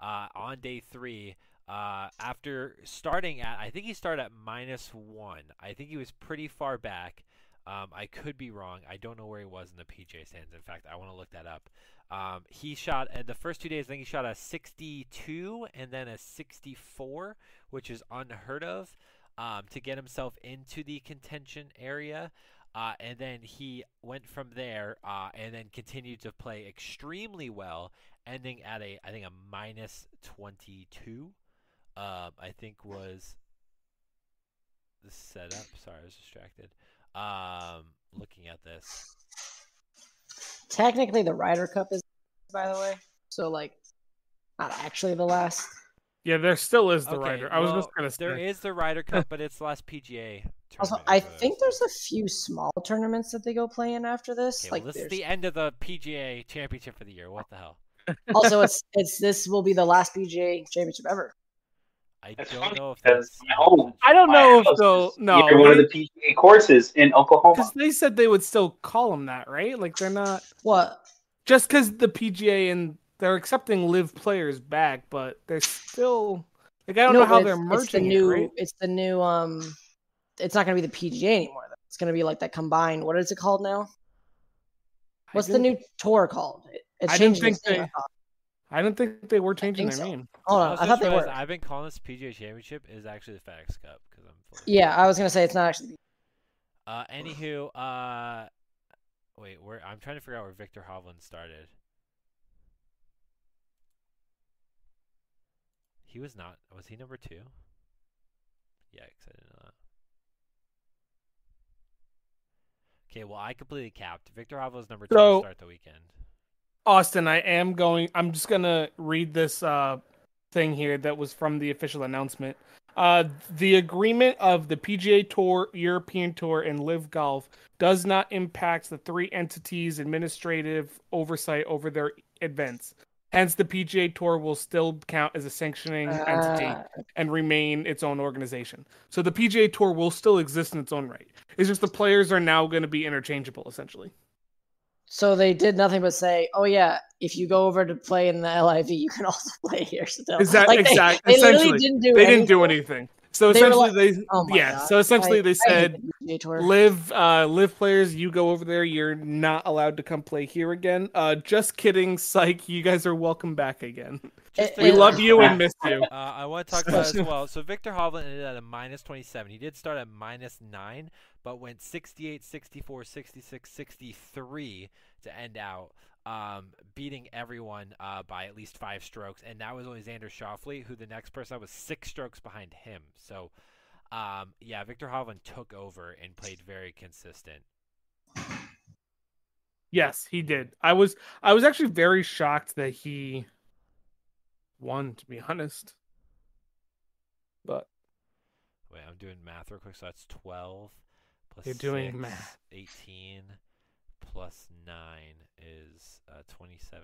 B: uh, on day three. Uh, after starting at, I think he started at minus one. I think he was pretty far back. Um, I could be wrong. I don't know where he was in the PJ stands. In fact, I want to look that up. Um, he shot uh, the first two days. I think he shot a 62 and then a 64, which is unheard of, um, to get himself into the contention area. Uh, and then he went from there uh, and then continued to play extremely well, ending at a I think a minus 22. Um, I think was the setup. Sorry, I was distracted. Um, looking at this.
D: Technically, the Ryder Cup is, by the way. So like, not actually the last.
C: Yeah, there still is the
B: Okay,
C: writer. I was
B: well,
C: just gonna say
B: There is the Ryder Cup, but it's the last PGA.
D: Also,
B: tournament,
D: I
B: so-
D: think there's a few small tournaments that they go play in after this.
B: Okay,
D: like,
B: well, this is
D: there's-
B: the end of the PGA Championship for the year. What the hell?
D: also, it's it's this will be the last PGA Championship ever.
B: I
A: That's
B: don't
A: funny
B: know if
A: because
B: that's
A: my home-
C: I don't
A: My
C: know if
A: house
C: they'll
A: is
C: no
A: near one of the PGA courses in Oklahoma.
C: because they said they would still call them that, right? Like they're not
D: What?
C: just because the PGA and they're accepting live players back, but they're still like I don't
D: No,
C: know how
D: it's-
C: they're
D: It's the
C: merging
D: new.
C: it, right?
D: It's the new. Um, it's not going to be the PGA anymore. Though. It's going to be like that combined. What is it called now?
C: I
D: What's the
C: didn't-
D: new tour called? It- It's
C: I didn't
D: changing its
C: think
D: name,
C: they-
D: I thought.
C: I didn't think they were changing
D: think
C: their
D: so.
C: name.
D: Hold
B: I
D: on,
B: was
D: I,
B: just
D: thought they
B: realized
D: were.
B: I've been calling this PGA Championship is actually the FedEx Cup because I'm. full of-
D: Yeah, I was going to say it's not actually.
B: Uh, anywho, uh, wait, where I'm trying to figure out where Victor Hovland started. He was not. Was he number two? Yikes! I didn't know that. Okay, well, I completely capped. Victor Hovland's number two to
C: So-
B: start the weekend.
C: Austin, I am going. I'm just gonna read this uh, thing here that was from the official announcement. Uh, the agreement of the PGA Tour, European Tour, and Live Golf does not impact the three entities' administrative oversight over their events. Hence, the PGA Tour will still count as a sanctioning entity
D: Uh,
C: and remain its own organization. So the PGA Tour will still exist in its own right. It's just the players are now going to be interchangeable, essentially.
D: so they did nothing but say, "Oh yeah, if you go over to play in the LIV, you can also play here." Still,
C: Is that
D: Like, they-
C: exact?
D: They, literally
C: essentially.
D: didn't do.
C: they didn't do anything. So
D: They were
C: essentially, they
D: Oh my
C: yeah.
D: God.
C: So essentially,
D: I-
C: they
D: I hate
C: said,
D: the PGA Tour.
C: "Live, uh, live players, you go over there. You're not allowed to come play here again." Uh, just kidding, psych. You guys are welcome back again.
D: It-
C: We
D: it-
C: love you and miss you.
B: Uh, I want to talk about as well. So Victor Hovland ended at a minus 27. He did start at minus 9, but went 68, 64, 66, 63 to end out, um, beating everyone uh, by at least five strokes. And that was only Xander Shoffley, who the next person was six strokes behind him. So, um, yeah, Victor Hovland took over and played very consistent.
C: Yes, he did. I was I was actually very shocked that he won. To be honest, but
B: Wait, I'm doing math real quick. So that's 12 plus
C: You're doing
B: six,
C: math.
B: 18 plus 9 is uh, 27.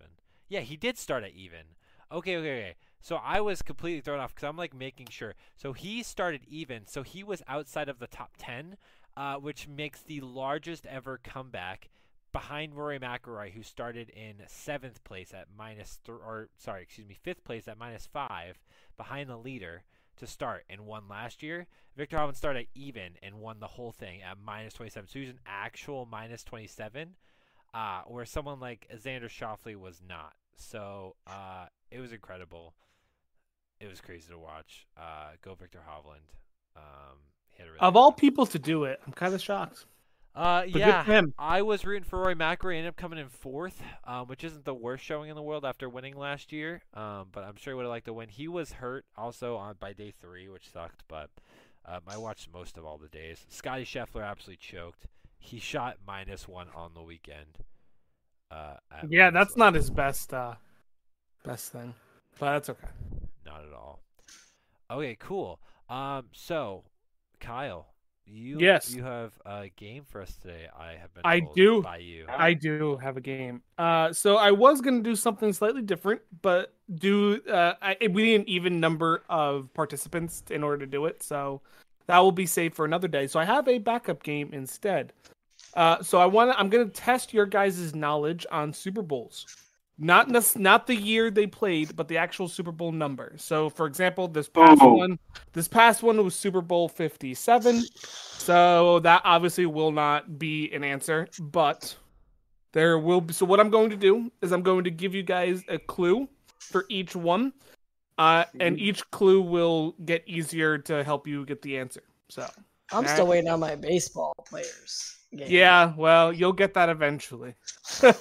B: Yeah, he did start at even. Okay, okay, okay. So I was completely thrown off because I'm like making sure. So he started even. So he was outside of the top 10, uh, which makes the largest ever comeback behind Rory McIlroy, who started in seventh place at minus three, or sorry, excuse me, fifth place at minus five, behind the leader to start and won last year. Victor Hovland started at even and won the whole thing at minus 27. So he was an actual minus 27, uh, where someone like Xander Shoffley was not. So uh, it was incredible. It was crazy to watch. Uh, go Victor Hovland. Um, he had a really
C: of
B: good
C: all
B: run.
C: people to do it, I'm kind of shocked.
B: uh,
C: But
B: yeah,
C: good for him.
B: I was rooting for Roy McIlroy. Ended up coming in fourth, um, which isn't the worst showing in the world after winning last year. Um, but I'm sure he would have liked to win. He was hurt also on by day three, which sucked. But um, I watched most of all the days. Scotty Scheffler absolutely choked. He shot minus one on the weekend. Uh, at
C: Yeah,
B: minus
C: that's not
B: 11.
C: his best uh best thing, but that's okay.
B: Not at all. Okay, cool. Um, so Kyle, you
C: Yes.
B: you have a game for us today. I have been
C: I
B: told
C: do.
B: by you.
C: I do have a game. Uh, so I was gonna do something slightly different, but do uh, I, we need an even number of participants in order to do it. So that will be saved for another day. So I have a backup game instead. Uh, so I want to. I'm gonna test your guys' knowledge on Super Bowls. Not nec- not the year they played, but the actual Super Bowl number. So, for example, this past
A: Ooh.
C: one, this past one was Super Bowl fifty-seven. So that obviously will not be an answer, but there will be. So what I'm going to do is I'm going to give you guys a clue for each one, uh, and each clue will get easier to help you get the answer. So
D: I'm still waiting on my baseball players. game.
C: yeah, well, you'll get that eventually.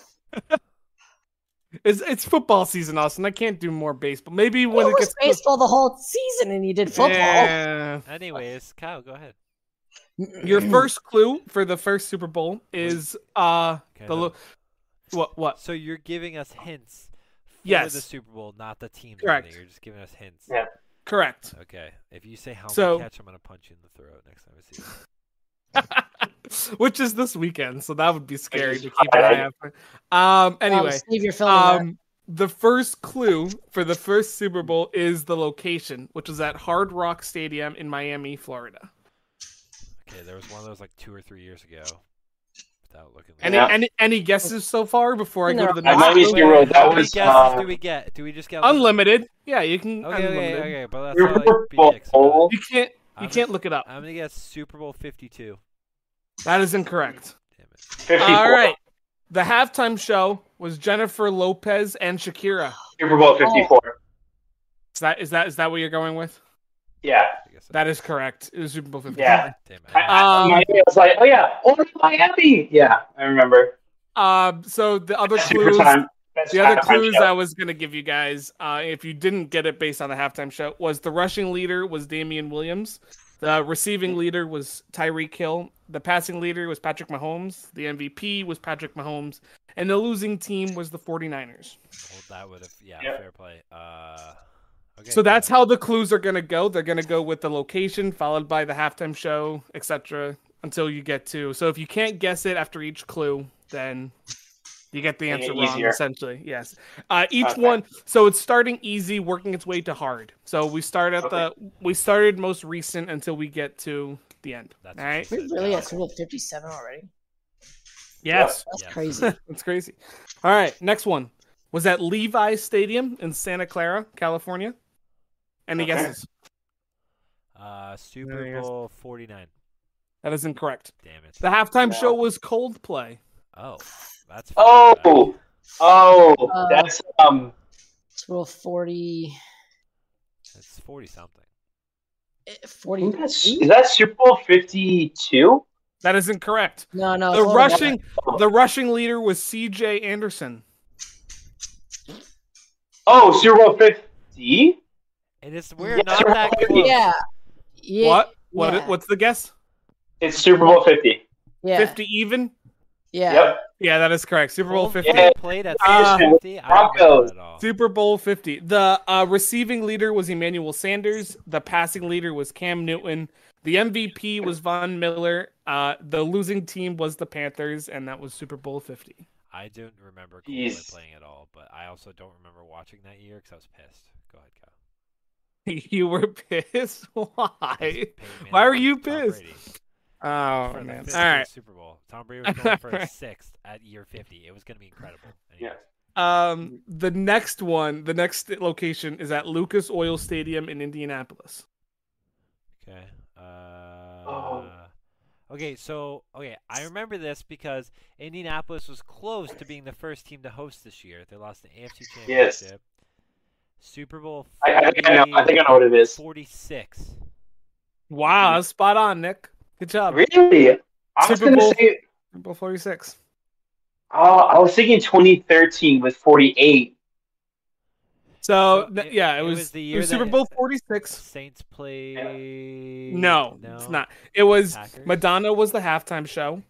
C: it's it's football season, Austin. I can't do more baseball. Maybe
D: Well,
C: when
D: it
C: it
D: was
C: gets
D: baseball the whole season, and you did football.
C: Yeah.
B: Anyways, Kyle, go ahead.
C: Your first clue for the first Super Bowl is uh
B: Okay,
C: the
B: no.
C: lo- what what
B: So you're giving us hints for
C: Yes.
B: the Super Bowl, not the team.
C: Correct.
B: You're just giving us hints.
A: Yeah.
C: correct.
B: Okay. If you say how
C: So-
B: catch, I'm gonna punch you in the throat next time I see you.
C: Which is this weekend, so that would be scary to
A: just-
C: keep an eye out for. Um anyway.
D: Oh, Steve, you're filming that.
C: Um, the first clue for the first Super Bowl is the location, which is at Hard Rock Stadium in Miami, Florida.
B: Okay, there was one of those like two or three years ago. Without looking.
C: Any
A: Yeah.
C: any, any guesses so far before I go to the
D: No.
A: I
C: next?
A: might
D: Miami
A: be
C: clue?
A: zero. That
B: How many
A: was
B: guesses
A: uh,
B: do we get? Do we just get
C: Unlimited. Yeah, you can
B: Okay, okay,
C: unlimited.
B: okay, but that's
A: Super
B: not like
A: Bowl.
B: BX about it.
C: You can't you
B: I'm-
C: can't look it up.
B: I'm gonna guess Super Bowl 52.
C: That is incorrect.
B: Damn it.
A: 54.
C: All right. The halftime show was Jennifer Lopez and Shakira.
A: Super Bowl 54.
C: Is that is that is that what you're going with?
A: Yeah.
B: I guess
C: That is correct. It was Super Bowl 50.
A: Yeah.
B: Damn it.
A: I, I,
C: Um,
A: Miami, I was like, oh yeah, only Miami. Yeah, I remember.
C: Um, so the other
A: Super
C: clues
A: time. Best
C: The other
A: halftime
C: clues
A: show.
C: I was gonna give you guys, uh, if you didn't get it based on the halftime show, was the rushing leader was Damian Williams, the receiving leader was Tyreek Hill, the passing leader was Patrick Mahomes, the MVP was Patrick Mahomes, and the losing team was the 49ers.
B: Well, that would have yeah,
A: Yep.
B: fair play. Uh, okay.
C: So that's
B: how.
C: how the clues are gonna go. They're gonna go with the location, followed by the halftime show, etc., until you get to. So if you can't guess it after each clue, then you get the
A: Make it
C: answer wrong.
A: easier.
C: Essentially, yes. Uh, each
A: Okay.
C: one. So it's starting easy, working its way to hard. So we start at the we started most recent until we get to the end.
B: That's
C: all
B: what
C: right.
D: We're
B: she said.
D: really at
B: Yeah.
D: Super Bowl 57 already.
C: Yes,
D: That's
B: Yeah.
D: crazy.
C: that's crazy. All right, next one was at Levi's Stadium in Santa Clara, California. Any
A: Okay.
C: guesses?
B: Uh,
C: There you
B: Super
C: go.
B: Bowl 49.
C: That is incorrect.
B: Damn it.
C: The halftime
A: Yeah.
C: show was Coldplay.
B: Oh, that's.
A: Oh!
B: fucking bad.
A: Oh,
D: Uh,
A: that's um.
D: Super Bowl 40.
B: It's 40 something.
D: eh,
A: I
D: 40
A: think that's- Is that Super Bowl 52?
C: That is incorrect.
D: no, no.
C: The
D: it's only one.
C: rushing, the rushing leader was C.J. Anderson.
A: Oh, Super Bowl 50?
B: And it's we're
A: Yes,
B: not
A: we're
B: that
A: already-
B: close.
D: Yeah. yeah.
C: what? What?
D: yeah.
C: What's the guess?
A: It's Super Bowl 50.
D: Yeah.
C: Fifty even?
D: yeah.
A: Yep.
C: Yeah, that is correct. Super
A: Oh,
C: Bowl fifty.
A: Yeah.
B: played at
A: Ah,
C: Uh,
B: 50. I don't remember that at all.
C: Super Bowl fifty. The uh, receiving leader was Emmanuel Sanders. The passing leader was Cam Newton. The MVP was Von Miller. Uh, the losing team was the Panthers, and that was Super Bowl fifty.
B: I don't remember Coldplay
A: Jeez.
B: playing at all, but I also don't remember watching that year because I was pissed. Go ahead, Kyle.
C: you were pissed. Why?
B: Peyton
C: Why
B: Manning
C: were
B: beat
C: you
B: Tom
C: pissed?
B: Brady
C: Oh
B: for the
C: man!
B: 50th
C: All right.
B: Super Bowl. Tom Brady was going for a
C: Right.
B: sixth at year 50. It was going to be incredible.
A: Yeah.
C: Um, the next one, the next location is at Lucas Oil Stadium in Indianapolis.
B: Okay.
A: Oh.
B: Uh, Okay, so okay, I remember this because Indianapolis was close to being the first team to host this year. They lost the AFC
A: Yes.
B: Championship. Super Bowl.
A: I, I think I know. I think I know what it is.
B: 46.
C: Wow, that's spot on, Nick. Good job.
A: Really? I was
C: Super
A: gonna
C: Bowl-
A: say.
C: Super Bowl 46.
A: Uh, I was thinking 2013 was 48.
C: So,
B: So
C: th-
B: it-
C: yeah, it,
B: it
C: was,
B: was the
C: it
B: year
C: was Super
B: that-
C: Bowl 46.
B: Saints play.
C: No, it's not. It was
B: Packers?
C: Madonna was the halftime show.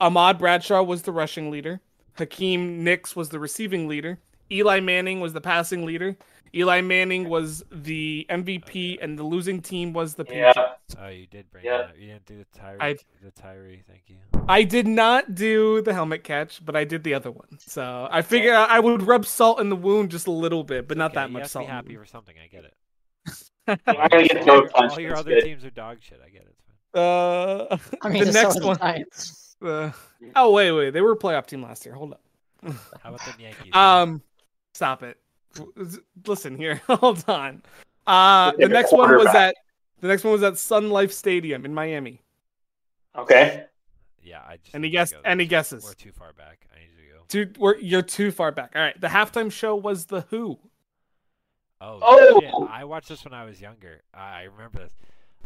C: Ahmad Bradshaw was the rushing leader. Hakeem Nicks was the receiving leader. Eli Manning was the passing leader. Eli Manning was the MVP, and the losing team was the
A: Yeah.
C: Patriots.
B: Oh, you did bring
A: Yeah.
B: that up. You didn't do the Tyree.
C: I-
B: The Tyree. Thank you.
C: I did not do the helmet catch, but I did the other one. So I figured I I would rub salt in the wound just a little bit, but not
B: Okay,
C: that
B: you
C: much
B: have to
C: salt.
B: Be happy for something. I get it.
A: I'm gonna get
B: all,
A: no
B: your, all
A: punch.
B: your
A: That's
B: other
A: good.
B: teams are dog shit. I get it.
C: Uh,
D: I mean,
C: The
D: the
C: next
D: next
C: one.
D: one. Giants.
C: uh, oh wait, wait, they were a playoff team last year. Hold up.
B: How about the Yankees?
C: Um, Stop it. Listen here. Hold on. Uh, the next one was at the next one was at Sun Life Stadium in Miami.
A: Okay.
B: Yeah, I just
C: Any
B: need to
C: guess-
B: go.
C: any guesses?
B: We're too far back. I need to go.
C: Dude, we're, you're too far back. All right. The halftime show was the Who.
B: Oh,
A: Oh!
B: shit. I watched this when I was younger. I remember this.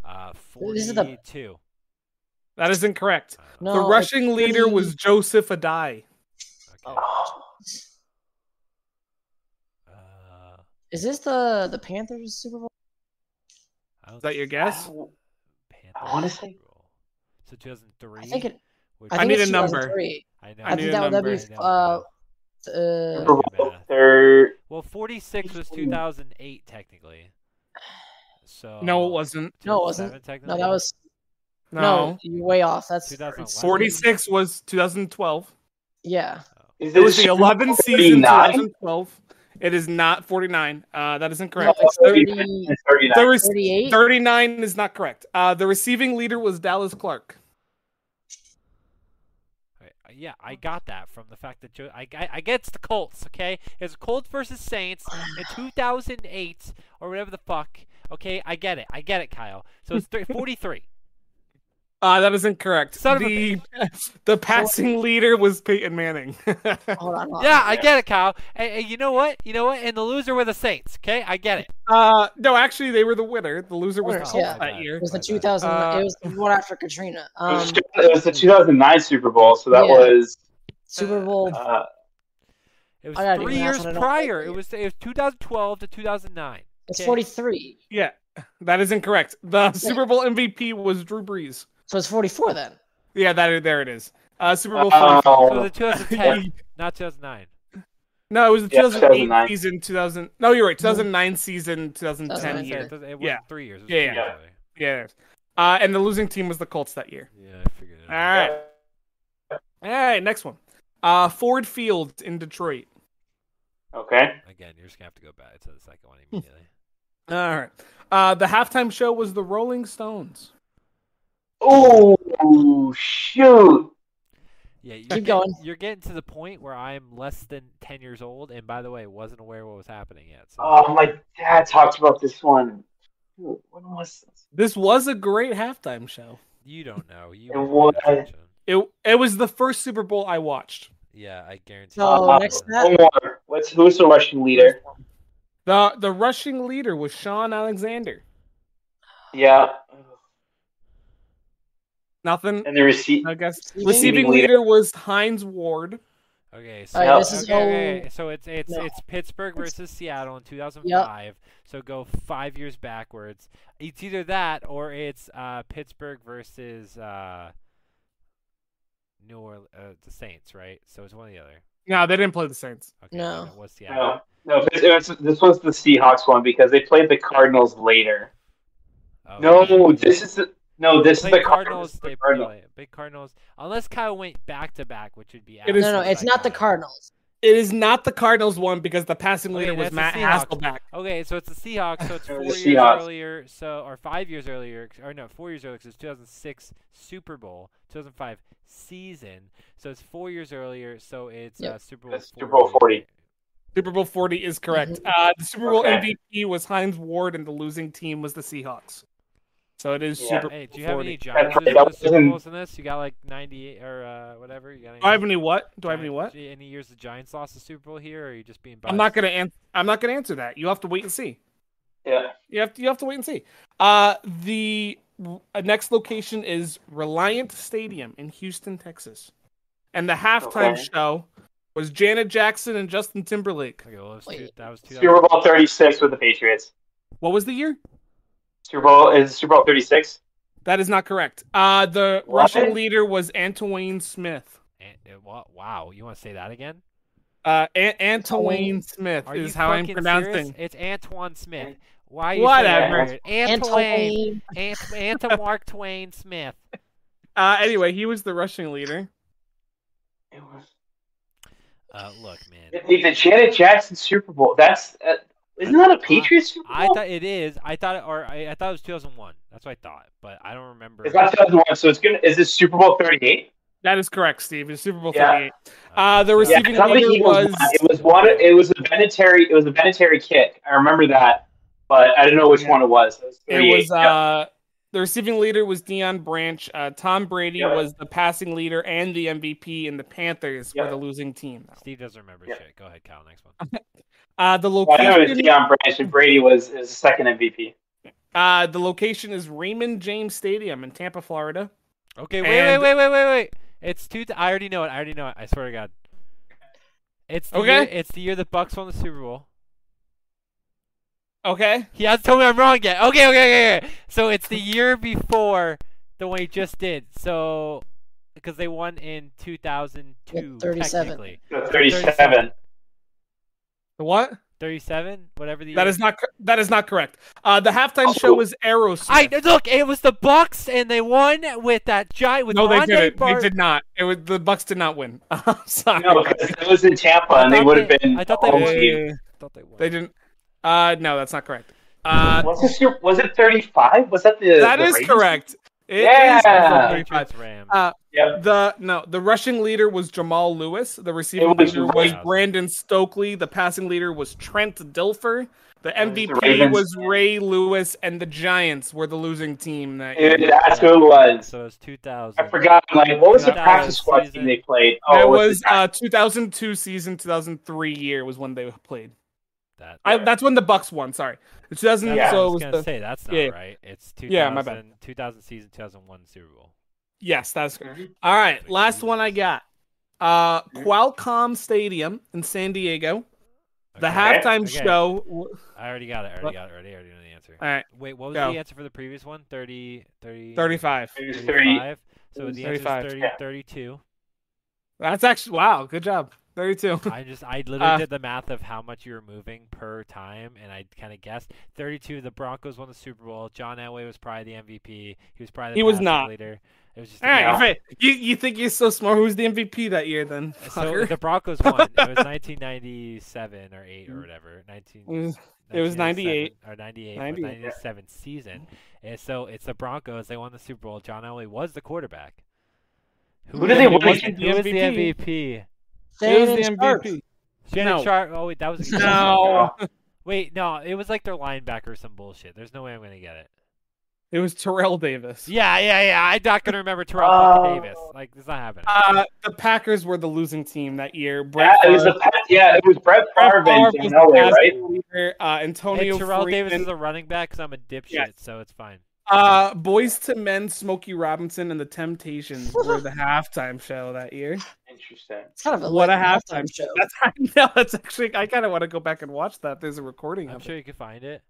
B: Uh,
D: This is the-
B: 42.
C: That is incorrect.
B: Uh,
C: the
D: No, it's
C: rushing leader was Joseph Adai.
B: okay.
A: Oh.
D: Oh.
B: Uh,
D: Is this the the Panthers Super Bowl?
B: I don't
C: Is that your
B: think
C: guess?
B: Panthers
A: I wanna
B: were
A: say-
B: rule. So 2003.
D: I think it.
B: would
D: I,
B: be-
D: think
C: need
D: it's
C: a number.
D: 2003.
B: I, know.
D: I
C: I need
D: think
C: a
D: that would
C: number.
D: be uh, uh,
B: Number-
A: Third.
B: well, 46 was 2008 technically. So
C: No, it wasn't.
D: No, it wasn't.
B: 2007 Technically?
D: no, that was
C: No.
D: no, you're way off. That's
B: 2011.
C: 46 was 2012.
D: yeah.
A: Is
C: It was the
A: Super
C: 11th season
A: 49?
C: 2012. It is not 49. Uh, that is
D: No,
C: incorrect.
D: it's
A: Correct.
D: 30,
C: The
A: 39.
C: re-
D: 38.
C: 39 is not correct. Uh, the receiving leader was Dallas Clark.
B: Right, uh, Yeah, I got that from the fact that Joe. I, I, I get it's the Colts, okay? It's Colts versus Saints in 2008 or whatever the fuck. Okay, I get it. I get it, Kyle. So it's three, 43.
C: Uh, that is incorrect.
B: Son of a
C: the, the passing leader was Peyton Manning.
D: Hold on. Hold on.
B: Yeah, I get it, Kyle. And, and you know what? You know what? And the loser were the Saints, okay? I get it.
C: uh, no, actually, they were the winner. The loser was the
D: Winners,
C: Colts
D: yeah.
C: that year.
D: It was the
B: Uh,
D: 2000. it was the one after Katrina.
A: It
D: Um,
A: was- it was the 2009 Super Bowl, so that
D: Yeah.
A: was.
D: Super Bowl.
A: Uh,
B: It
D: I
B: was
D: gotta do
B: three
D: math
B: years
D: and I don't
B: prior.
D: like
B: It
D: it.
B: was it was 2012 to 2009.
D: It's
B: okay.
D: 43.
C: Yeah, that is incorrect. The Super Bowl MVP was Drew Brees.
D: So it's 44 then.
C: Yeah, that there it is. Uh, Super Bowl.
B: So
A: oh,
B: the 2010, not 2009.
C: no, it was the
A: Yeah,
C: 2008
A: 2009.
C: season. 2000. No, you're right. 2009 season. 2010
B: That's what I said.
C: year.
B: It doesn't- It
C: Yeah.
B: wasn't three years. It was
C: Yeah,
B: two
C: yeah.
B: years away.
C: Yeah. Uh, and the losing team was the Colts that year.
B: Yeah, I figured it
C: All
A: um,
B: out.
C: right. All right. Next one. Uh, Ford Field in Detroit. Ah.
A: okay.
B: Again, you're just going to have to go back to the second one immediately.
C: All right. Uh, the halftime show was the Rolling Stones.
A: Oh, shoot.
B: Yeah, you're
D: Keep
B: getting,
D: going.
B: You're getting to the point where I'm less than ten years old, and by the way, wasn't aware what was happening yet. So.
A: Oh, my dad talked about this one. Shoot, When was this?
C: This was a great halftime show.
B: you don't know. You
A: It
B: weren't paying
A: was-
B: attention.
C: It it was the first Super Bowl I watched.
B: Yeah, I guarantee.
D: So
A: Uh,
B: you
D: next
B: it
D: to
B: wasn't.
D: that,
A: One more. What's, who's the Russian leader?
C: The the rushing leader was Sean Alexander.
A: Yeah.
C: Nothing.
A: And the receipt.
C: I guess
D: Receiving
C: receiving
A: leader.
C: leader was Heinz Ward.
B: Okay, so
D: All right,
A: Yeah.
D: this is
B: okay, okay, okay, so it's it's
D: No.
B: it's Pittsburgh versus Seattle in 2005. So go five years backwards. It's either that or it's uh, Pittsburgh versus uh, New Orleans, uh, the Saints, right? So it's one or the other.
C: No, they didn't play the Saints.
B: Okay, then
D: No.
B: it was Seattle.
A: No, no this, it was- this was the Seahawks one because they played the Cardinals later.
B: Oh,
A: No,
B: okay.
A: this is the, no, this is
B: Play
A: the Cardinals.
B: Cardinals. They
A: The Cardinals.
B: play big Cardinals. Unless Kyle went back to back, which would be
C: It is-
D: no, no, it's not the
B: Cardinals.
D: Cardinals.
C: It is not the Cardinals one because the passing
B: Okay,
C: leader was
B: that's the
C: Matt
B: Seahawks.
C: Hasselback.
B: Okay, so it's the Seahawks. So it's
A: It
B: four
A: was
B: years
A: the Seahawks.
B: earlier. So or five years earlier, or no, four years earlier. 'cause it's 2006 Super Bowl, 2005 season. So it's four years earlier. So it's
D: Yep.
B: uh, Super Bowl.
A: That's Super Bowl 40.
C: Super Bowl 40 is correct.
B: Mm-hmm.
C: Uh, the Super Bowl
A: Okay.
C: MVP was Heinz Ward, and the losing team was the Seahawks. So it is
A: Yeah.
C: Super Bowl
B: Hey, do you have
C: 40.
B: any
A: right,
B: genres of
A: that
B: the Super
A: wasn't-
B: Bowls in this? You got like 98 or uh, whatever. You got any?
C: do I have any what? Do I have any
B: Giant-
C: what?
B: Any years the Giants lost the Super Bowl here, or are you just being? Biased?
C: I'm not gonna answer. I'm not gonna answer that. You will have to wait and see.
A: Yeah.
C: You have to. You have to wait and see. Uh, the uh, next location is Reliant Stadium in Houston, Texas, and the halftime
A: Okay.
C: show was Janet Jackson and Justin Timberlake.
B: Okay, well, it was two,
D: Wait.
B: that was 2000.
A: Super Bowl 36 with the Patriots.
C: What was the year?
A: Super Bowl is Super Bowl 36.
C: That is not correct. Uh, the
A: What?
C: Russian leader was Antoine Smith.
B: And, uh, wa- wow, you want to say that again?
C: Uh, An- Antoine Smith
B: Are you
C: is how I'm
B: fucking
C: pronouncing.
B: serious? It's Antoine Smith. Why?
C: Whatever.
B: Whatever. Antoine.
D: Antoine.
B: Ant- Anta Mark Twain Smith.
C: Uh, anyway, he was the Russian leader.
A: It was-
B: Uh, look, man.
A: The, the Janet Jackson Super Bowl. That's uh, isn't that a Patriots Super Bowl?
B: I thought it is. I thought, it- or I, I thought it was 2001. That's what I thought, but I don't remember. Uh,
A: it's not 2001, so it's gonna. Is this Super Bowl 38?
C: That is correct, Steve. It's Super Bowl
A: Yeah.
C: 38. Uh, the
A: Yeah,
C: receiving
A: it's not the
C: leader
A: Eagles
C: was.
A: one. it was one. It was a Benetary. It was a Benetary kick. I remember that, but I didn't know which
C: Yeah.
A: one it was. It was.
C: It was
A: 38, yeah.
C: uh, the receiving leader was Dion Branch. Uh, Tom Brady
A: Yeah.
C: was the passing leader and the MVP, and the Panthers were
A: Yeah.
C: the losing team.
B: Steve doesn't remember
A: Yeah.
B: shit. Go ahead, Kyle. Next one.
C: Uh,
A: I
C: the
A: know it was
C: location,
A: Deion Branch and Brady was is the second MVP.
C: uh, the location is Raymond James Stadium in Tampa, Florida.
B: Okay, wait, wait,
C: And-
B: wait, wait, wait, wait. It's two. Th- I already know it. I already know it. I swear to God. It's the Year,
C: Okay.
B: it's the year the Bucks won the Super Bowl.
C: Okay,
B: He hasn't told me I'm wrong yet. Okay, okay, okay. okay. So it's the year before the one he just did. So because they won in 2002,
D: Yeah, 37.
B: technically.
A: So
B: 37.
A: Thirty-seven.
C: the what?
B: 37, whatever the year.
C: That is not cor- that is not correct. Uh, the
A: Oh.
C: halftime show was Aerosmith.
B: I look. It was the Bucks, and they won with that giant with
C: no, they
B: Andre
C: didn't.
B: Bar-
C: They did not. It was the Bucks did not win. I'm sorry.
A: No, because it was in Tampa,
B: I
A: and they
B: thought
A: would have
B: they-
A: been.
B: I thought they
A: home
B: were-
A: team.
C: they,
B: Thought they won.
C: they didn't. Uh, no, that's not correct. Uh,
A: Was this your, Was it thirty-five? Was that the?
C: that
A: the
C: is
A: Ravens?
C: correct. It is
A: Yeah.
C: correct.
B: Patriots Rams.
C: Uh,
A: Yep.
C: The no, the rushing leader was Jamal Lewis. The receiving
A: It was
C: leader was
A: Ravens.
C: Brandon Stokely. The passing leader was Trent Dilfer. The MVP
A: Ravens.
C: was Ray Lewis, and the Giants were the losing team that year.
A: Dude, that's who it was.
B: So it was 2000.
A: I forgot. Like, what was the
B: That
A: practice
B: was
A: squad
B: season-
A: team they played? Oh,
C: That
A: it
C: was
A: the-
C: uh, 2002 season, 2003 year was when they played.
B: That.
C: I, that's when the Bucks won. Sorry, the 2000.
A: Yeah.
B: I
C: so it
B: was
C: was
B: gonna
C: the,
B: say that's not
C: yeah.
B: right. It's 2000,
C: Yeah, my bad.
B: 2000 season, 2001 Super Bowl.
C: yes, that's
B: uh,
C: all right. Last one I got. Uh, Qualcomm Stadium in San Diego. The
B: Okay.
C: halftime
B: Okay.
C: show. w-
B: I already got it. I
C: What?
B: already got it. Already, I already know the answer.
C: All right,
B: Wait, what was
C: Go.
B: the answer for the previous one? 30, 30,
C: 35.
A: It was three.
B: 35? So the answer is
C: 35,
B: 30,
A: yeah.
B: 32.
C: That's actually wow. Good job. Thirty-two.
B: I just, I literally
C: Uh,
B: did the math of how much you were moving per time, and I kind of guessed. 32. The Broncos won the Super Bowl. John Elway was probably the MVP. He was probably the
C: He was
B: passing
C: not.
B: leader. It was just. a
C: All right,
B: guess.
A: Yeah.
C: if I- you you think you're so smart? Who's the MVP that year then?
B: So
C: fucker?
B: the Broncos won. It was 1997 or 8 or whatever. 19.
C: Mm. It was 98.
B: 1997 or 98,
C: 98,
A: yeah.
B: 97 season. And so it's the Broncos. They won the Super Bowl. John Elway was the quarterback.
A: Who did they win
B: was- Who
A: against?
B: was the
C: MVP?
B: MVP?
C: Who's
D: Shannon
C: the
D: Sharp.
C: MVP?
B: Shannon
C: No.
B: Sharp. Oh wait, that was against-
C: No,
B: Wait, no, it was like their linebacker or some bullshit. There's no way I'm gonna get it.
C: it was Terrell Davis.
B: Yeah, yeah, yeah. I'm not gonna remember Terrell fucking
A: Oh.
B: Davis. Like, it's not happening.
C: Uh, the Packers were the losing team that year.
A: Yeah,
C: Brett
A: it was
C: Favre-
A: the yeah, it was Brett
C: Brett
A: Favre
C: Favre
A: and John
C: was the
A: Elway, right?
C: passing leader. Uh,
B: Hey,
C: Antonio
B: Terrell
C: Freeman,
B: Davis is a running back, so I'm a dipshit, so it's fine.
C: uh, Boys to Men, Smokey Robinson, and the Temptations were the halftime show that year.
A: Interesting.
D: It's kind of a
C: What a
D: late
C: halftime
D: show.
C: That's I know. That's actually I kind of want to go back and watch that. There's a recording.
B: I'm
C: of it.
B: sure you can find it.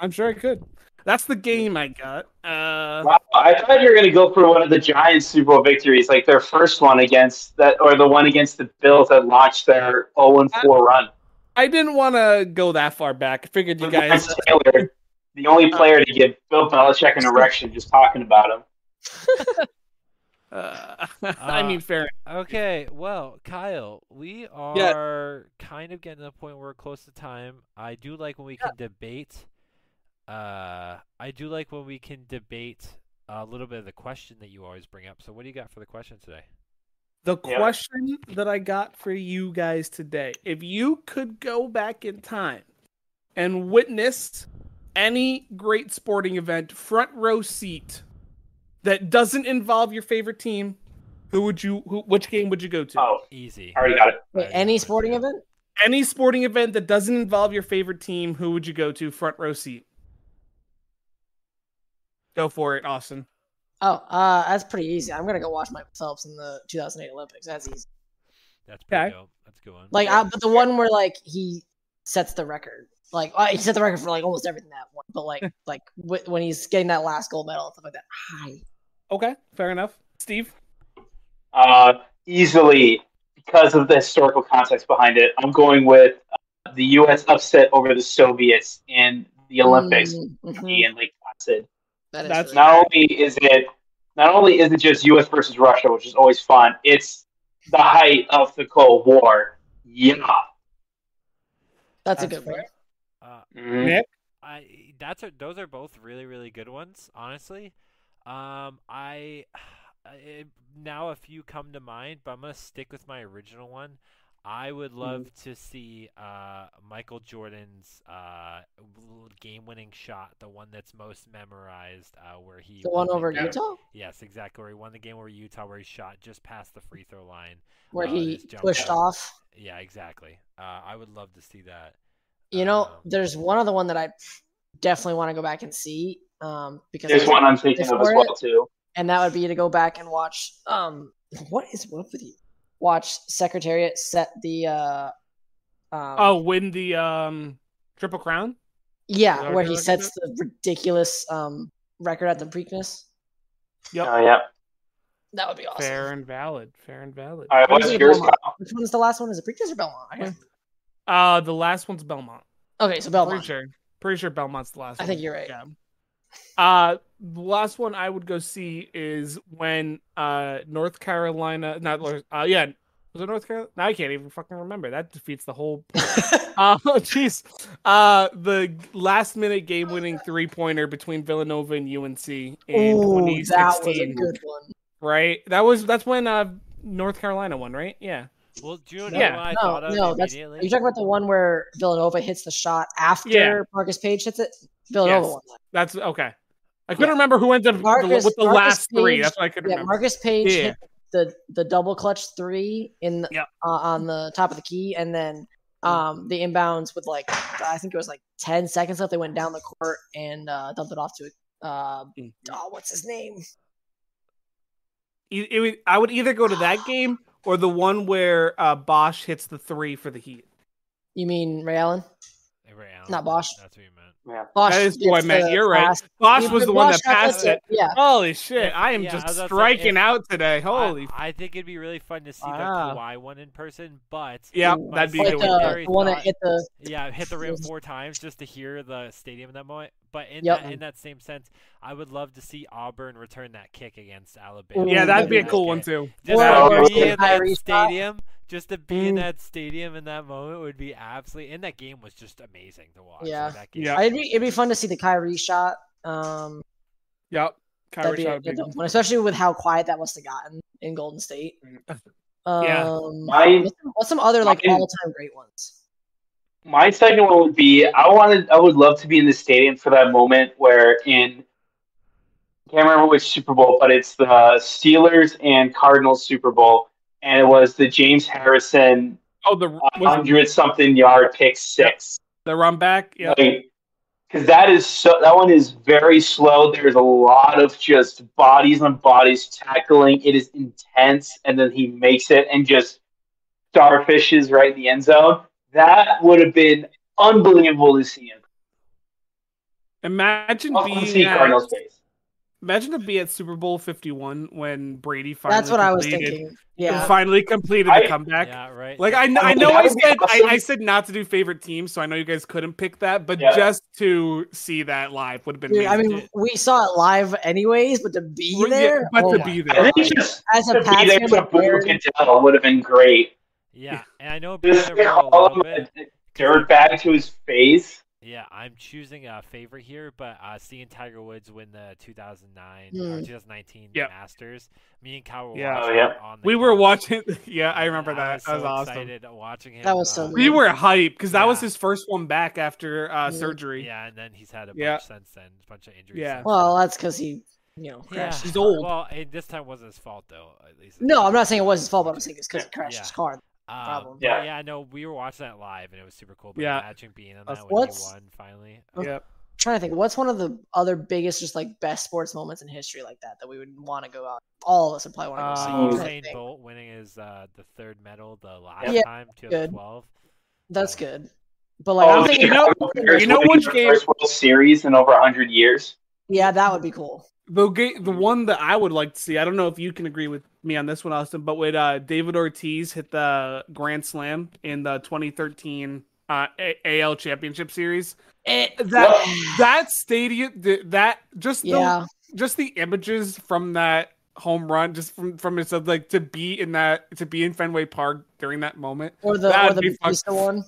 C: I'm sure I could. That's the game I got. Uh,
A: Wow, I thought you were going to go for one of the Giants' Super Bowl victories, like their first one against that, or the one against the Bills that launched their 0 4 run.
C: I didn't want to go that far back. I figured you guys. Oh.
A: Lawrence Taylor, the only player to give Bill Belichick an erection just talking about him.
C: Uh, I mean, fair. enough.
B: Okay, well, Kyle, we
C: Yeah.
B: are kind of getting to the point where we're close to time. I do like when we can debate. Uh, I do like when we can debate a little bit of the question that you always bring up. So, what do you got for the question today?
C: The
A: Yeah.
C: question that I got for you guys today: If you could go back in time and witness any great sporting event, front row seat, that doesn't involve your favorite team, who would you? Who, which game would you go to?
A: Oh,
B: Easy.
A: I already got it.
D: Wait,
B: I know
D: any
B: it's
D: sporting
B: good.
D: event?
C: Any sporting event that doesn't involve your favorite team, who would you go to? Front row seat. Go for it, Austin.
D: Oh, uh, that's pretty easy. I'm gonna go watch Michael Phelps in the 2008 Olympics. That's easy.
B: That's pretty
C: Okay.
B: dope. That's a good one.
D: Like, uh, but the one where like he sets the record, like uh, he set the record for like almost everything that one. But like, like w- when he's getting that last gold medal and stuff like that. Hi.
C: Okay, fair enough. Steve.
A: Uh, easily, because of the historical context behind it, I'm going with uh, the U.S. upset over the Soviets in the Olympics
D: Mm, mhm.
A: in Lake Placid.
D: That is
C: That's
D: really-
A: not only is it not only is it just U.S. versus Russia, which is always fun. It's the height of the Cold War. Yeah.
D: that's a
C: That's
D: good one.
C: fair.
B: Uh,
A: Mhm.
C: Nick?
B: I that's a, those are both really really good ones honestly. Um, I uh, it, now a few come to mind, but I'm gonna stick with my original one. I would love
D: Mm-hmm.
B: to see uh, Michael Jordan's uh, l- game-winning shot, the one that's most memorized, uh, where he
D: The one
B: won
D: over
B: game.
D: Utah
B: Yes, exactly. Where he won the game where Utah, where he shot just past the free throw line.
D: where
C: Oh,
B: Uh,
D: he
B: his jump
D: pushed
B: shot.
D: off.
B: Yeah, exactly. Uh, I would love to see that.
D: You know,
C: Uh-huh.
B: Um,
D: there's one other one that I definitely want to go back and see. Um, because
A: There's one I'm thinking of as
D: Before-
A: well too.
D: and that would be to go back and watch um what is what with you watch secretariat set the uh um,
C: Oh, win the um triple crown. is
D: yeah
C: that
D: where
C: what
D: he
C: you're
D: sets the ridiculous um record at the preakness
C: Yep.
A: Oh yeah.
D: that would be awesome
C: Fair and valid. Fair and valid.
A: All right,
D: What
A: what's
D: is it,
A: yours,
D: Belmont?
A: Kyle?
D: which one's the last one is it preakness or belmont I guess.
C: Uh, the last one's Belmont.
D: okay so belmont
C: Pretty sure. Pretty sure Belmont's the last.
D: I think
C: one.
D: you're right.
C: Yeah. Uh, the last one I would go see is when uh North Carolina, not North- uh yeah, was it North Carolina? Now I can't even fucking remember. That defeats the whole. point. Uh, oh jeez. Uh, the last minute game winning three pointer between Villanova and UNC in
D: Ooh,
C: 2016.
D: that was a good one
C: Right. That was that's when uh North Carolina won. Right. Yeah.
B: well, do you know
C: Yeah,
B: what I
D: no,
B: thought of
D: no, that's-
B: immediately?
D: are you talking about the one where villanova hits the shot after
C: Yeah.
D: marcus page hits it villanova
C: Yes.
D: won that.
C: That's okay. I couldn't remember who ended up
D: Marcus-
C: with the
D: Marcus
C: last three.
D: Page-
C: That's what I couldn't
D: Yeah,
C: remember.
D: Marcus Page
C: Yeah.
D: hit the the double clutch three in the,
C: Yep.
D: uh, on the top of the key, and then um the inbounds with like I think it was like ten seconds left. They went down the court and uh, dumped it off to uh
C: Mhm.
D: oh, what's his name?
C: E- it would- I would either go to that game or the one where uh, Bosch hits the three for the Heat.
D: You mean Ray Allen?
B: Avery Allen,
D: not Bosch.
B: That's what you meant.
D: Bosch
C: That is who I
D: gets
C: meant.
D: the
C: You're right.
D: pass.
C: Bosch
D: Yeah,
C: was
D: but
C: the one
D: Bosch
C: that passed
D: outlet
C: it.
D: it. Yeah,
C: Holy shit! I am
B: Yeah, I was
C: just
B: about to say,
C: striking
B: if-
C: out today.
B: I-
C: Holy.
B: I, think it'd be really fun to see
C: Ah.
B: the Kawhi one in person, but
C: yeah,
D: Ooh,
C: that'd be a
D: like
C: good
D: uh,
C: one.
D: the,
B: Very
D: the one that
B: thought-
D: hit the
B: yeah, hit the rim
D: Yes.
B: four times just to hear the stadium in that moment. But in
D: Yep.
B: that in that same sense, I would love to see Auburn return that kick against Alabama.
C: Yeah,
D: Ooh,
C: that'd be a
D: that'd
C: cool one too.
B: Just
A: Or-
B: to
A: or
B: be in that
D: Kyrie shot.
B: stadium, just to be in
C: Mm.
B: that stadium in that moment would be absolutely. And that game was just amazing to watch. like,
D: Yeah.
B: that game
C: Yeah.
B: was
D: I'd be, it'd be fun to see the Kyrie shot. Um,
C: Yep.
D: that'd
C: Kyrie
D: be
C: shot
D: a
C: would be
D: good
C: good.
D: one, especially with how quiet that must have gotten in Golden State. Um,
C: Yeah.
A: My
D: What's some, what's some other like
A: Mine-
D: all time great ones?
A: my second one would be I wanted I would love to be in the stadium for that moment where in can't remember which Super Bowl, but it's the Steelers and Cardinals Super Bowl, and it was the James Harrison
C: Oh, the was it
A: hundred something yard pick six.
C: the Rumback. Yeah.
A: because that is so. That one is very slow. There's a lot of just bodies on bodies tackling. It is intense, and then he makes it and just starfishes right in the end zone. That would have been unbelievable to see him.
C: Imagine
A: Awesome to Oh, see
C: being at,
A: Cardinals face.
C: imagine to be at Super Bowl Fifty One when Brady finally.
D: That's what I was
C: completed-
D: thinking. Yeah,
C: Finally completed
A: I-
C: the comeback.
B: Yeah, right.
C: Like I, kn- I
A: mean,
C: know
A: that
C: I
A: would be
C: said
A: awesome.
C: I, I said not to do favorite teams, so I know you guys couldn't pick that, but
A: Yeah.
C: just to see that live would have been.
D: Dude, I
C: amazing.
D: mean, we saw it live anyways, but to be
C: Yeah,
D: there,
C: but
D: oh
C: to
D: my-
C: be
A: I
C: there,
A: think just
D: as
A: to
D: a
A: be
D: pass
A: there to boo Goodell would have been great.
B: yeah, and I know
A: Just
B: Brandon Roy a
A: call him
B: little bit.
A: a dirtbag to his face.
B: Yeah, I'm choosing a favorite here, but uh, seeing Tiger Woods win the 2009 or
D: Hmm.
B: 2019
C: Yep.
B: Masters, me and Kyle were
C: Yeah.
B: watching
A: Oh, yeah.
B: it on the
C: we were
B: couch,
C: watching. Yeah, I remember
B: and
C: that.
B: was
C: that was
B: so
C: awesome.
B: excited watching him.
D: That was so
B: uh,
D: good.
C: We were hyped because that was
B: Yeah.
C: his first one back after uh,
D: Yeah.
C: surgery.
B: Yeah, and then he's had a bunch
C: Yeah.
B: since then, a bunch of injuries.
C: Yeah.
B: since
D: well,
B: then.
D: that's because he, you know,
B: yeah.
D: crashed.
C: He's old.
B: Well, and this time wasn't his fault though. At least
D: No, I'm not saying it was his fault, but I'm saying it's because he
B: Yeah.
D: crashed his car.
B: Um,
D: problem.
B: Yeah,
A: Yeah.
B: yeah. No, we were watching that live, and it was super cool. But
C: Yeah.
B: imagine being on
C: That's-
B: that when he
D: What's-
B: won finally.
D: Oh.
C: Yep.
D: trying to think, what's one of the other biggest, just like best sports moments in history like that that we would want to go out? All of us would probably want
C: Um,
D: to go see. I'm trying to
B: Uh, Usain
D: think.
B: Bolt winning his uh, the third medal the last
D: Yeah,
B: time, 2012.
D: That's good, but like I'm
A: the
D: thinking,
A: Oh, Chicago Bears
C: you know
A: winning
C: which
A: their
C: game-
A: First World Series in over hundred years.
D: yeah, that would be cool.
C: The ga- the one that I would like to see. I don't know if you can agree with me on this one, Austin, but when uh, David Ortiz hit the grand slam in the 2013 uh, A- AL Championship Series,
D: Eh,
C: that that stadium, th- that just the
D: yeah.
C: just the images from that home run, just from from his like to be in that to be in Fenway Park during that moment.
D: Or the
C: That'd
D: or
C: be
D: the
C: fuck-
D: Batista one,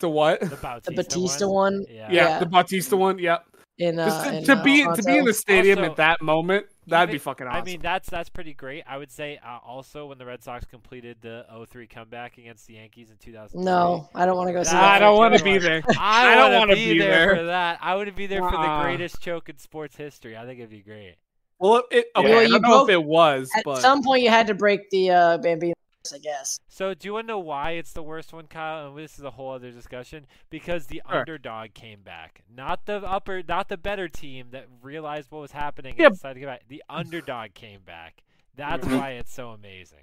C: To what?
B: The Bautista,
D: the Batista
B: one.
D: one.
B: Yeah.
C: Yeah, the Bautista one. Yep.
D: in uh,
C: Just to,
D: in,
C: to
D: uh,
C: be to be in
D: Toronto.
C: the stadium
B: Also,
C: at that moment, that'd be
B: even-
C: fucking
B: I
C: awesome.
B: mean, that's that's pretty great. I would say uh, also when the Red Sox completed the 0-3 comeback against the Yankees in 2000.
D: No, I don't want to go see
B: Nah,
D: that.
C: I don't
D: fucking
C: want to
B: Joe
D: game.
C: be
B: Rogan.
C: there.
B: I,
C: I don't
B: want
C: wanna
B: to be,
C: be
B: there.
C: there.
B: for that. I would be there for the
C: Uh-uh.
B: greatest choke in sports history. I think it'd be great.
C: Well, it, okay,
A: Well,
C: I
D: you
C: don't know
D: broke-
C: if it was,
D: At
C: but
D: some point, you had to break the uh, Bambino, I guess.
B: So do you want to know why it's the worst one, Kyle? And this is a whole other discussion because the
C: Sure.
B: underdog came back, not the upper, not the better team that realized what was happening
C: Yeah.
B: and decided to come back. The underdog came back. That's
C: Mm-hmm.
A: Mhm.
B: why it's so amazing.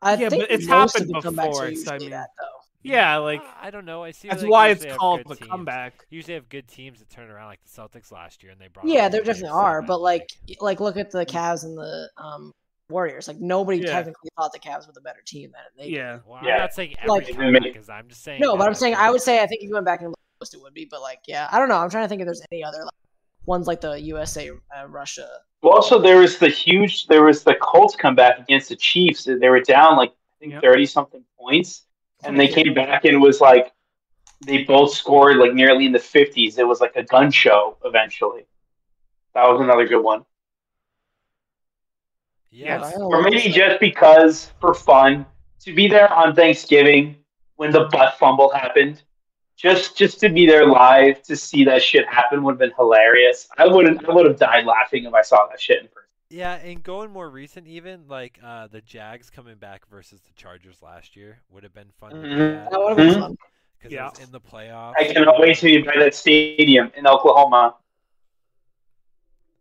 D: I
C: Yeah,
D: think
C: but it's
D: most
C: happened
D: of the comebacks
C: before,
D: Are
C: so I
D: usually
C: mean-
D: that, though.
C: yeah, like
B: Ah, I don't know. I see.
C: that's
B: like,
C: why
B: usually
C: it's
B: have
C: called
B: good
C: the
B: teams.
C: comeback.
B: Usually have good teams that turn around, like the Celtics last year, and they brought.
D: Yeah,
B: back
D: there
B: the Knicks
D: definitely
B: and
D: are,
B: that,
D: but like, like look at the Cavs and the um, Warriors. Like nobody
C: Yeah.
D: technically thought the Cavs were the better team than they.
C: Yeah,
B: well,
A: Yeah.
B: I'm not saying every
D: Like-
B: comeback is. I'm just saying.
D: No,
B: that
D: but I'm saying
B: think-
D: I would say I think if you went back and looked, most it would be, but like yeah, I don't know. I'm trying to think if there's any other like, ones like the USA uh, Russia.
A: Well, also there was the huge. There was the Colts comeback against the Chiefs. and They were down like I think
C: Yep.
A: thirty something points, and they came back and was like they both scored like nearly in the fifties. It was like a gun show eventually. That was another good one.
B: Yes.
D: I don't
A: Or
D: know.
A: maybe just because for fun to be there on Thanksgiving when the butt fumble happened. Just just to be there live to see that shit happen would have been hilarious. I wouldn't I would have died laughing if I saw that shit in person.
B: Yeah, and going more recent, even like uh, the Jags coming back versus the Chargers last year would have been fun.
A: Mhm.
D: That would have been
A: Mhm.
D: fun.
B: because
C: Yeah.
B: it was in the playoffs.
A: I cannot wait to be by that stadium in Oklahoma.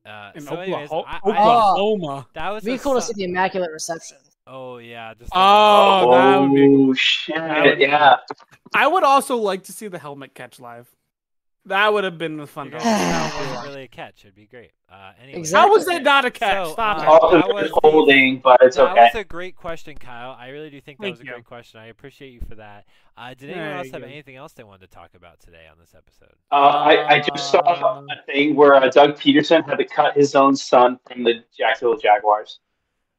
B: Uh,
C: in
B: so anyways,
C: Oklaho-
B: I- I-
C: Oklahoma.
B: that was
D: It'd Oh, be
B: a
D: cool to
B: su-
D: see the immaculate reception.
B: Oh yeah, just
C: Oh, that would be.
A: Oh, shit!
C: that would be-
A: yeah,
C: I would also like to see the helmet catch live. That would have been a fun.
B: You're gonna-
C: time.
B: that wasn't really a catch. It'd be great. Uh, anyway,
D: Exactly.
C: How was that not a catch?
B: So,
C: Stop
B: uh,
C: it.
A: also
B: that was-
A: there's holding, but it's
B: that
A: okay.
B: was a great question, Kyle. I really do think that
C: Thank
B: was a
C: you.
B: great question. I appreciate you for that. Uh, did anyone
C: Yeah,
B: else have
C: yeah.
B: anything else they wanted to talk about today on this episode?
A: Uh, I, I just saw
C: Uh,
A: a thing where uh, Doug Peterson had to cut his own son from the Jacksonville Jaguars.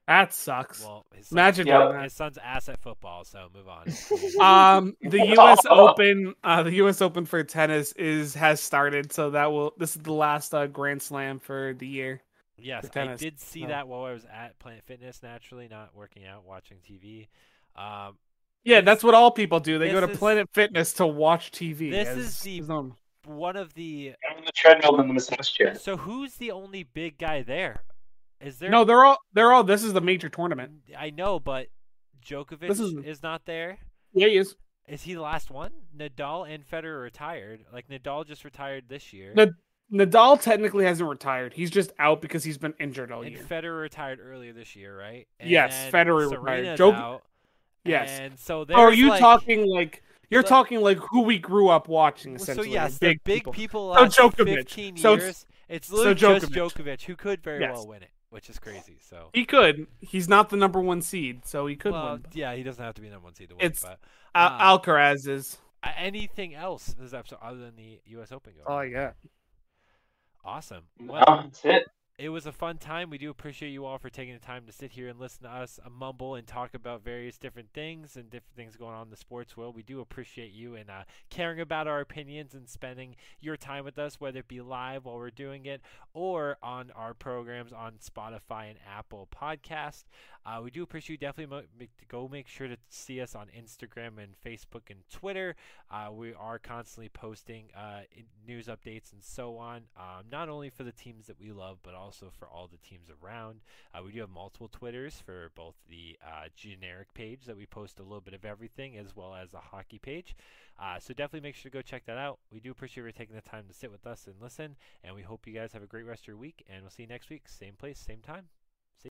C: That sucks.
B: Well, his son's,
C: Magic
A: Yeah.
C: done that.
B: his son's ass at football. So move on.
C: Um, the U.S. Open, uh, the U.S. Open for tennis is has started, so that will this is the last uh, Grand Slam for the year.
B: Yes,
C: for
B: I
C: tennis.
B: did see
C: Oh.
B: that while I was at Planet Fitness. Naturally, not working out, watching TV. Um,
C: Yeah, that's what all people do. They go
B: This
C: to
B: is-
C: Planet Fitness to watch TV.
B: This
C: as-
B: is the-
C: as normal.
B: one of the
A: And on the treadmill in the massage chair.
B: so who's the only big guy there? Is there
C: no, they're all they're all. This is the major tournament.
B: I know, but Djokovic
C: This
B: is...
C: is-
B: not there.
C: Yeah, he is.
B: Is he the last one? Nadal and Federer retired. Like Nadal just retired this year,
C: Nad- Nadal technically hasn't retired. He's just out because he's been injured all
B: and
C: year.
B: Federer retired earlier this year, right? And
C: Yes,
B: then
C: Federer
B: Serena's
C: retired. Djok-
B: out,
C: Yes.
B: And so
C: Or are
B: there's,
C: you
B: like-
C: talking like you're
B: Like-
C: talking like who we grew up watching
B: So
C: essentially? like
B: yes,
C: big,
B: the big
C: people.
B: people,
C: So
B: last
C: Djokovic.
B: 15
C: So it's-
B: years. It's
C: so
B: literally just
C: Djokovic.
B: Djokovic who could very
C: Yes.
B: well win it, which is crazy. So
C: He could. He's not the number one seed, so he could
B: well, uh,
C: win.
B: yeah, he doesn't have to be number one seed to win.
C: It's-
B: but
C: Al- Alcaraz is.
B: uh, anything else this episode other than the U.S. Open going?
C: Oh
B: on?
C: yeah.
B: Awesome.
A: No,
B: Well,
A: that's it.
B: it was a fun time. We do appreciate you all for taking the time to sit here and listen to us uh, mumble and talk about various different things and different things going on in the sports world. We do appreciate you and uh, caring about our opinions and spending your time with us, whether it be live while we're doing it or on our programs on Spotify and Apple Podcast. Uh, we do appreciate you. Definitely mo- make, go make sure to see us on Instagram and Facebook and Twitter. Uh, we are constantly posting uh, i- news updates and so on, um, not only for the teams that we love, but also for all the teams around. Uh, we do have multiple Twitters for both the uh, generic page that we post a little bit of everything, as well as the hockey page. Uh, so definitely make sure to go check that out. We do appreciate you taking the time to sit with us and listen, and we hope you guys have a great rest of your week, and we'll see you next week, same place, same time.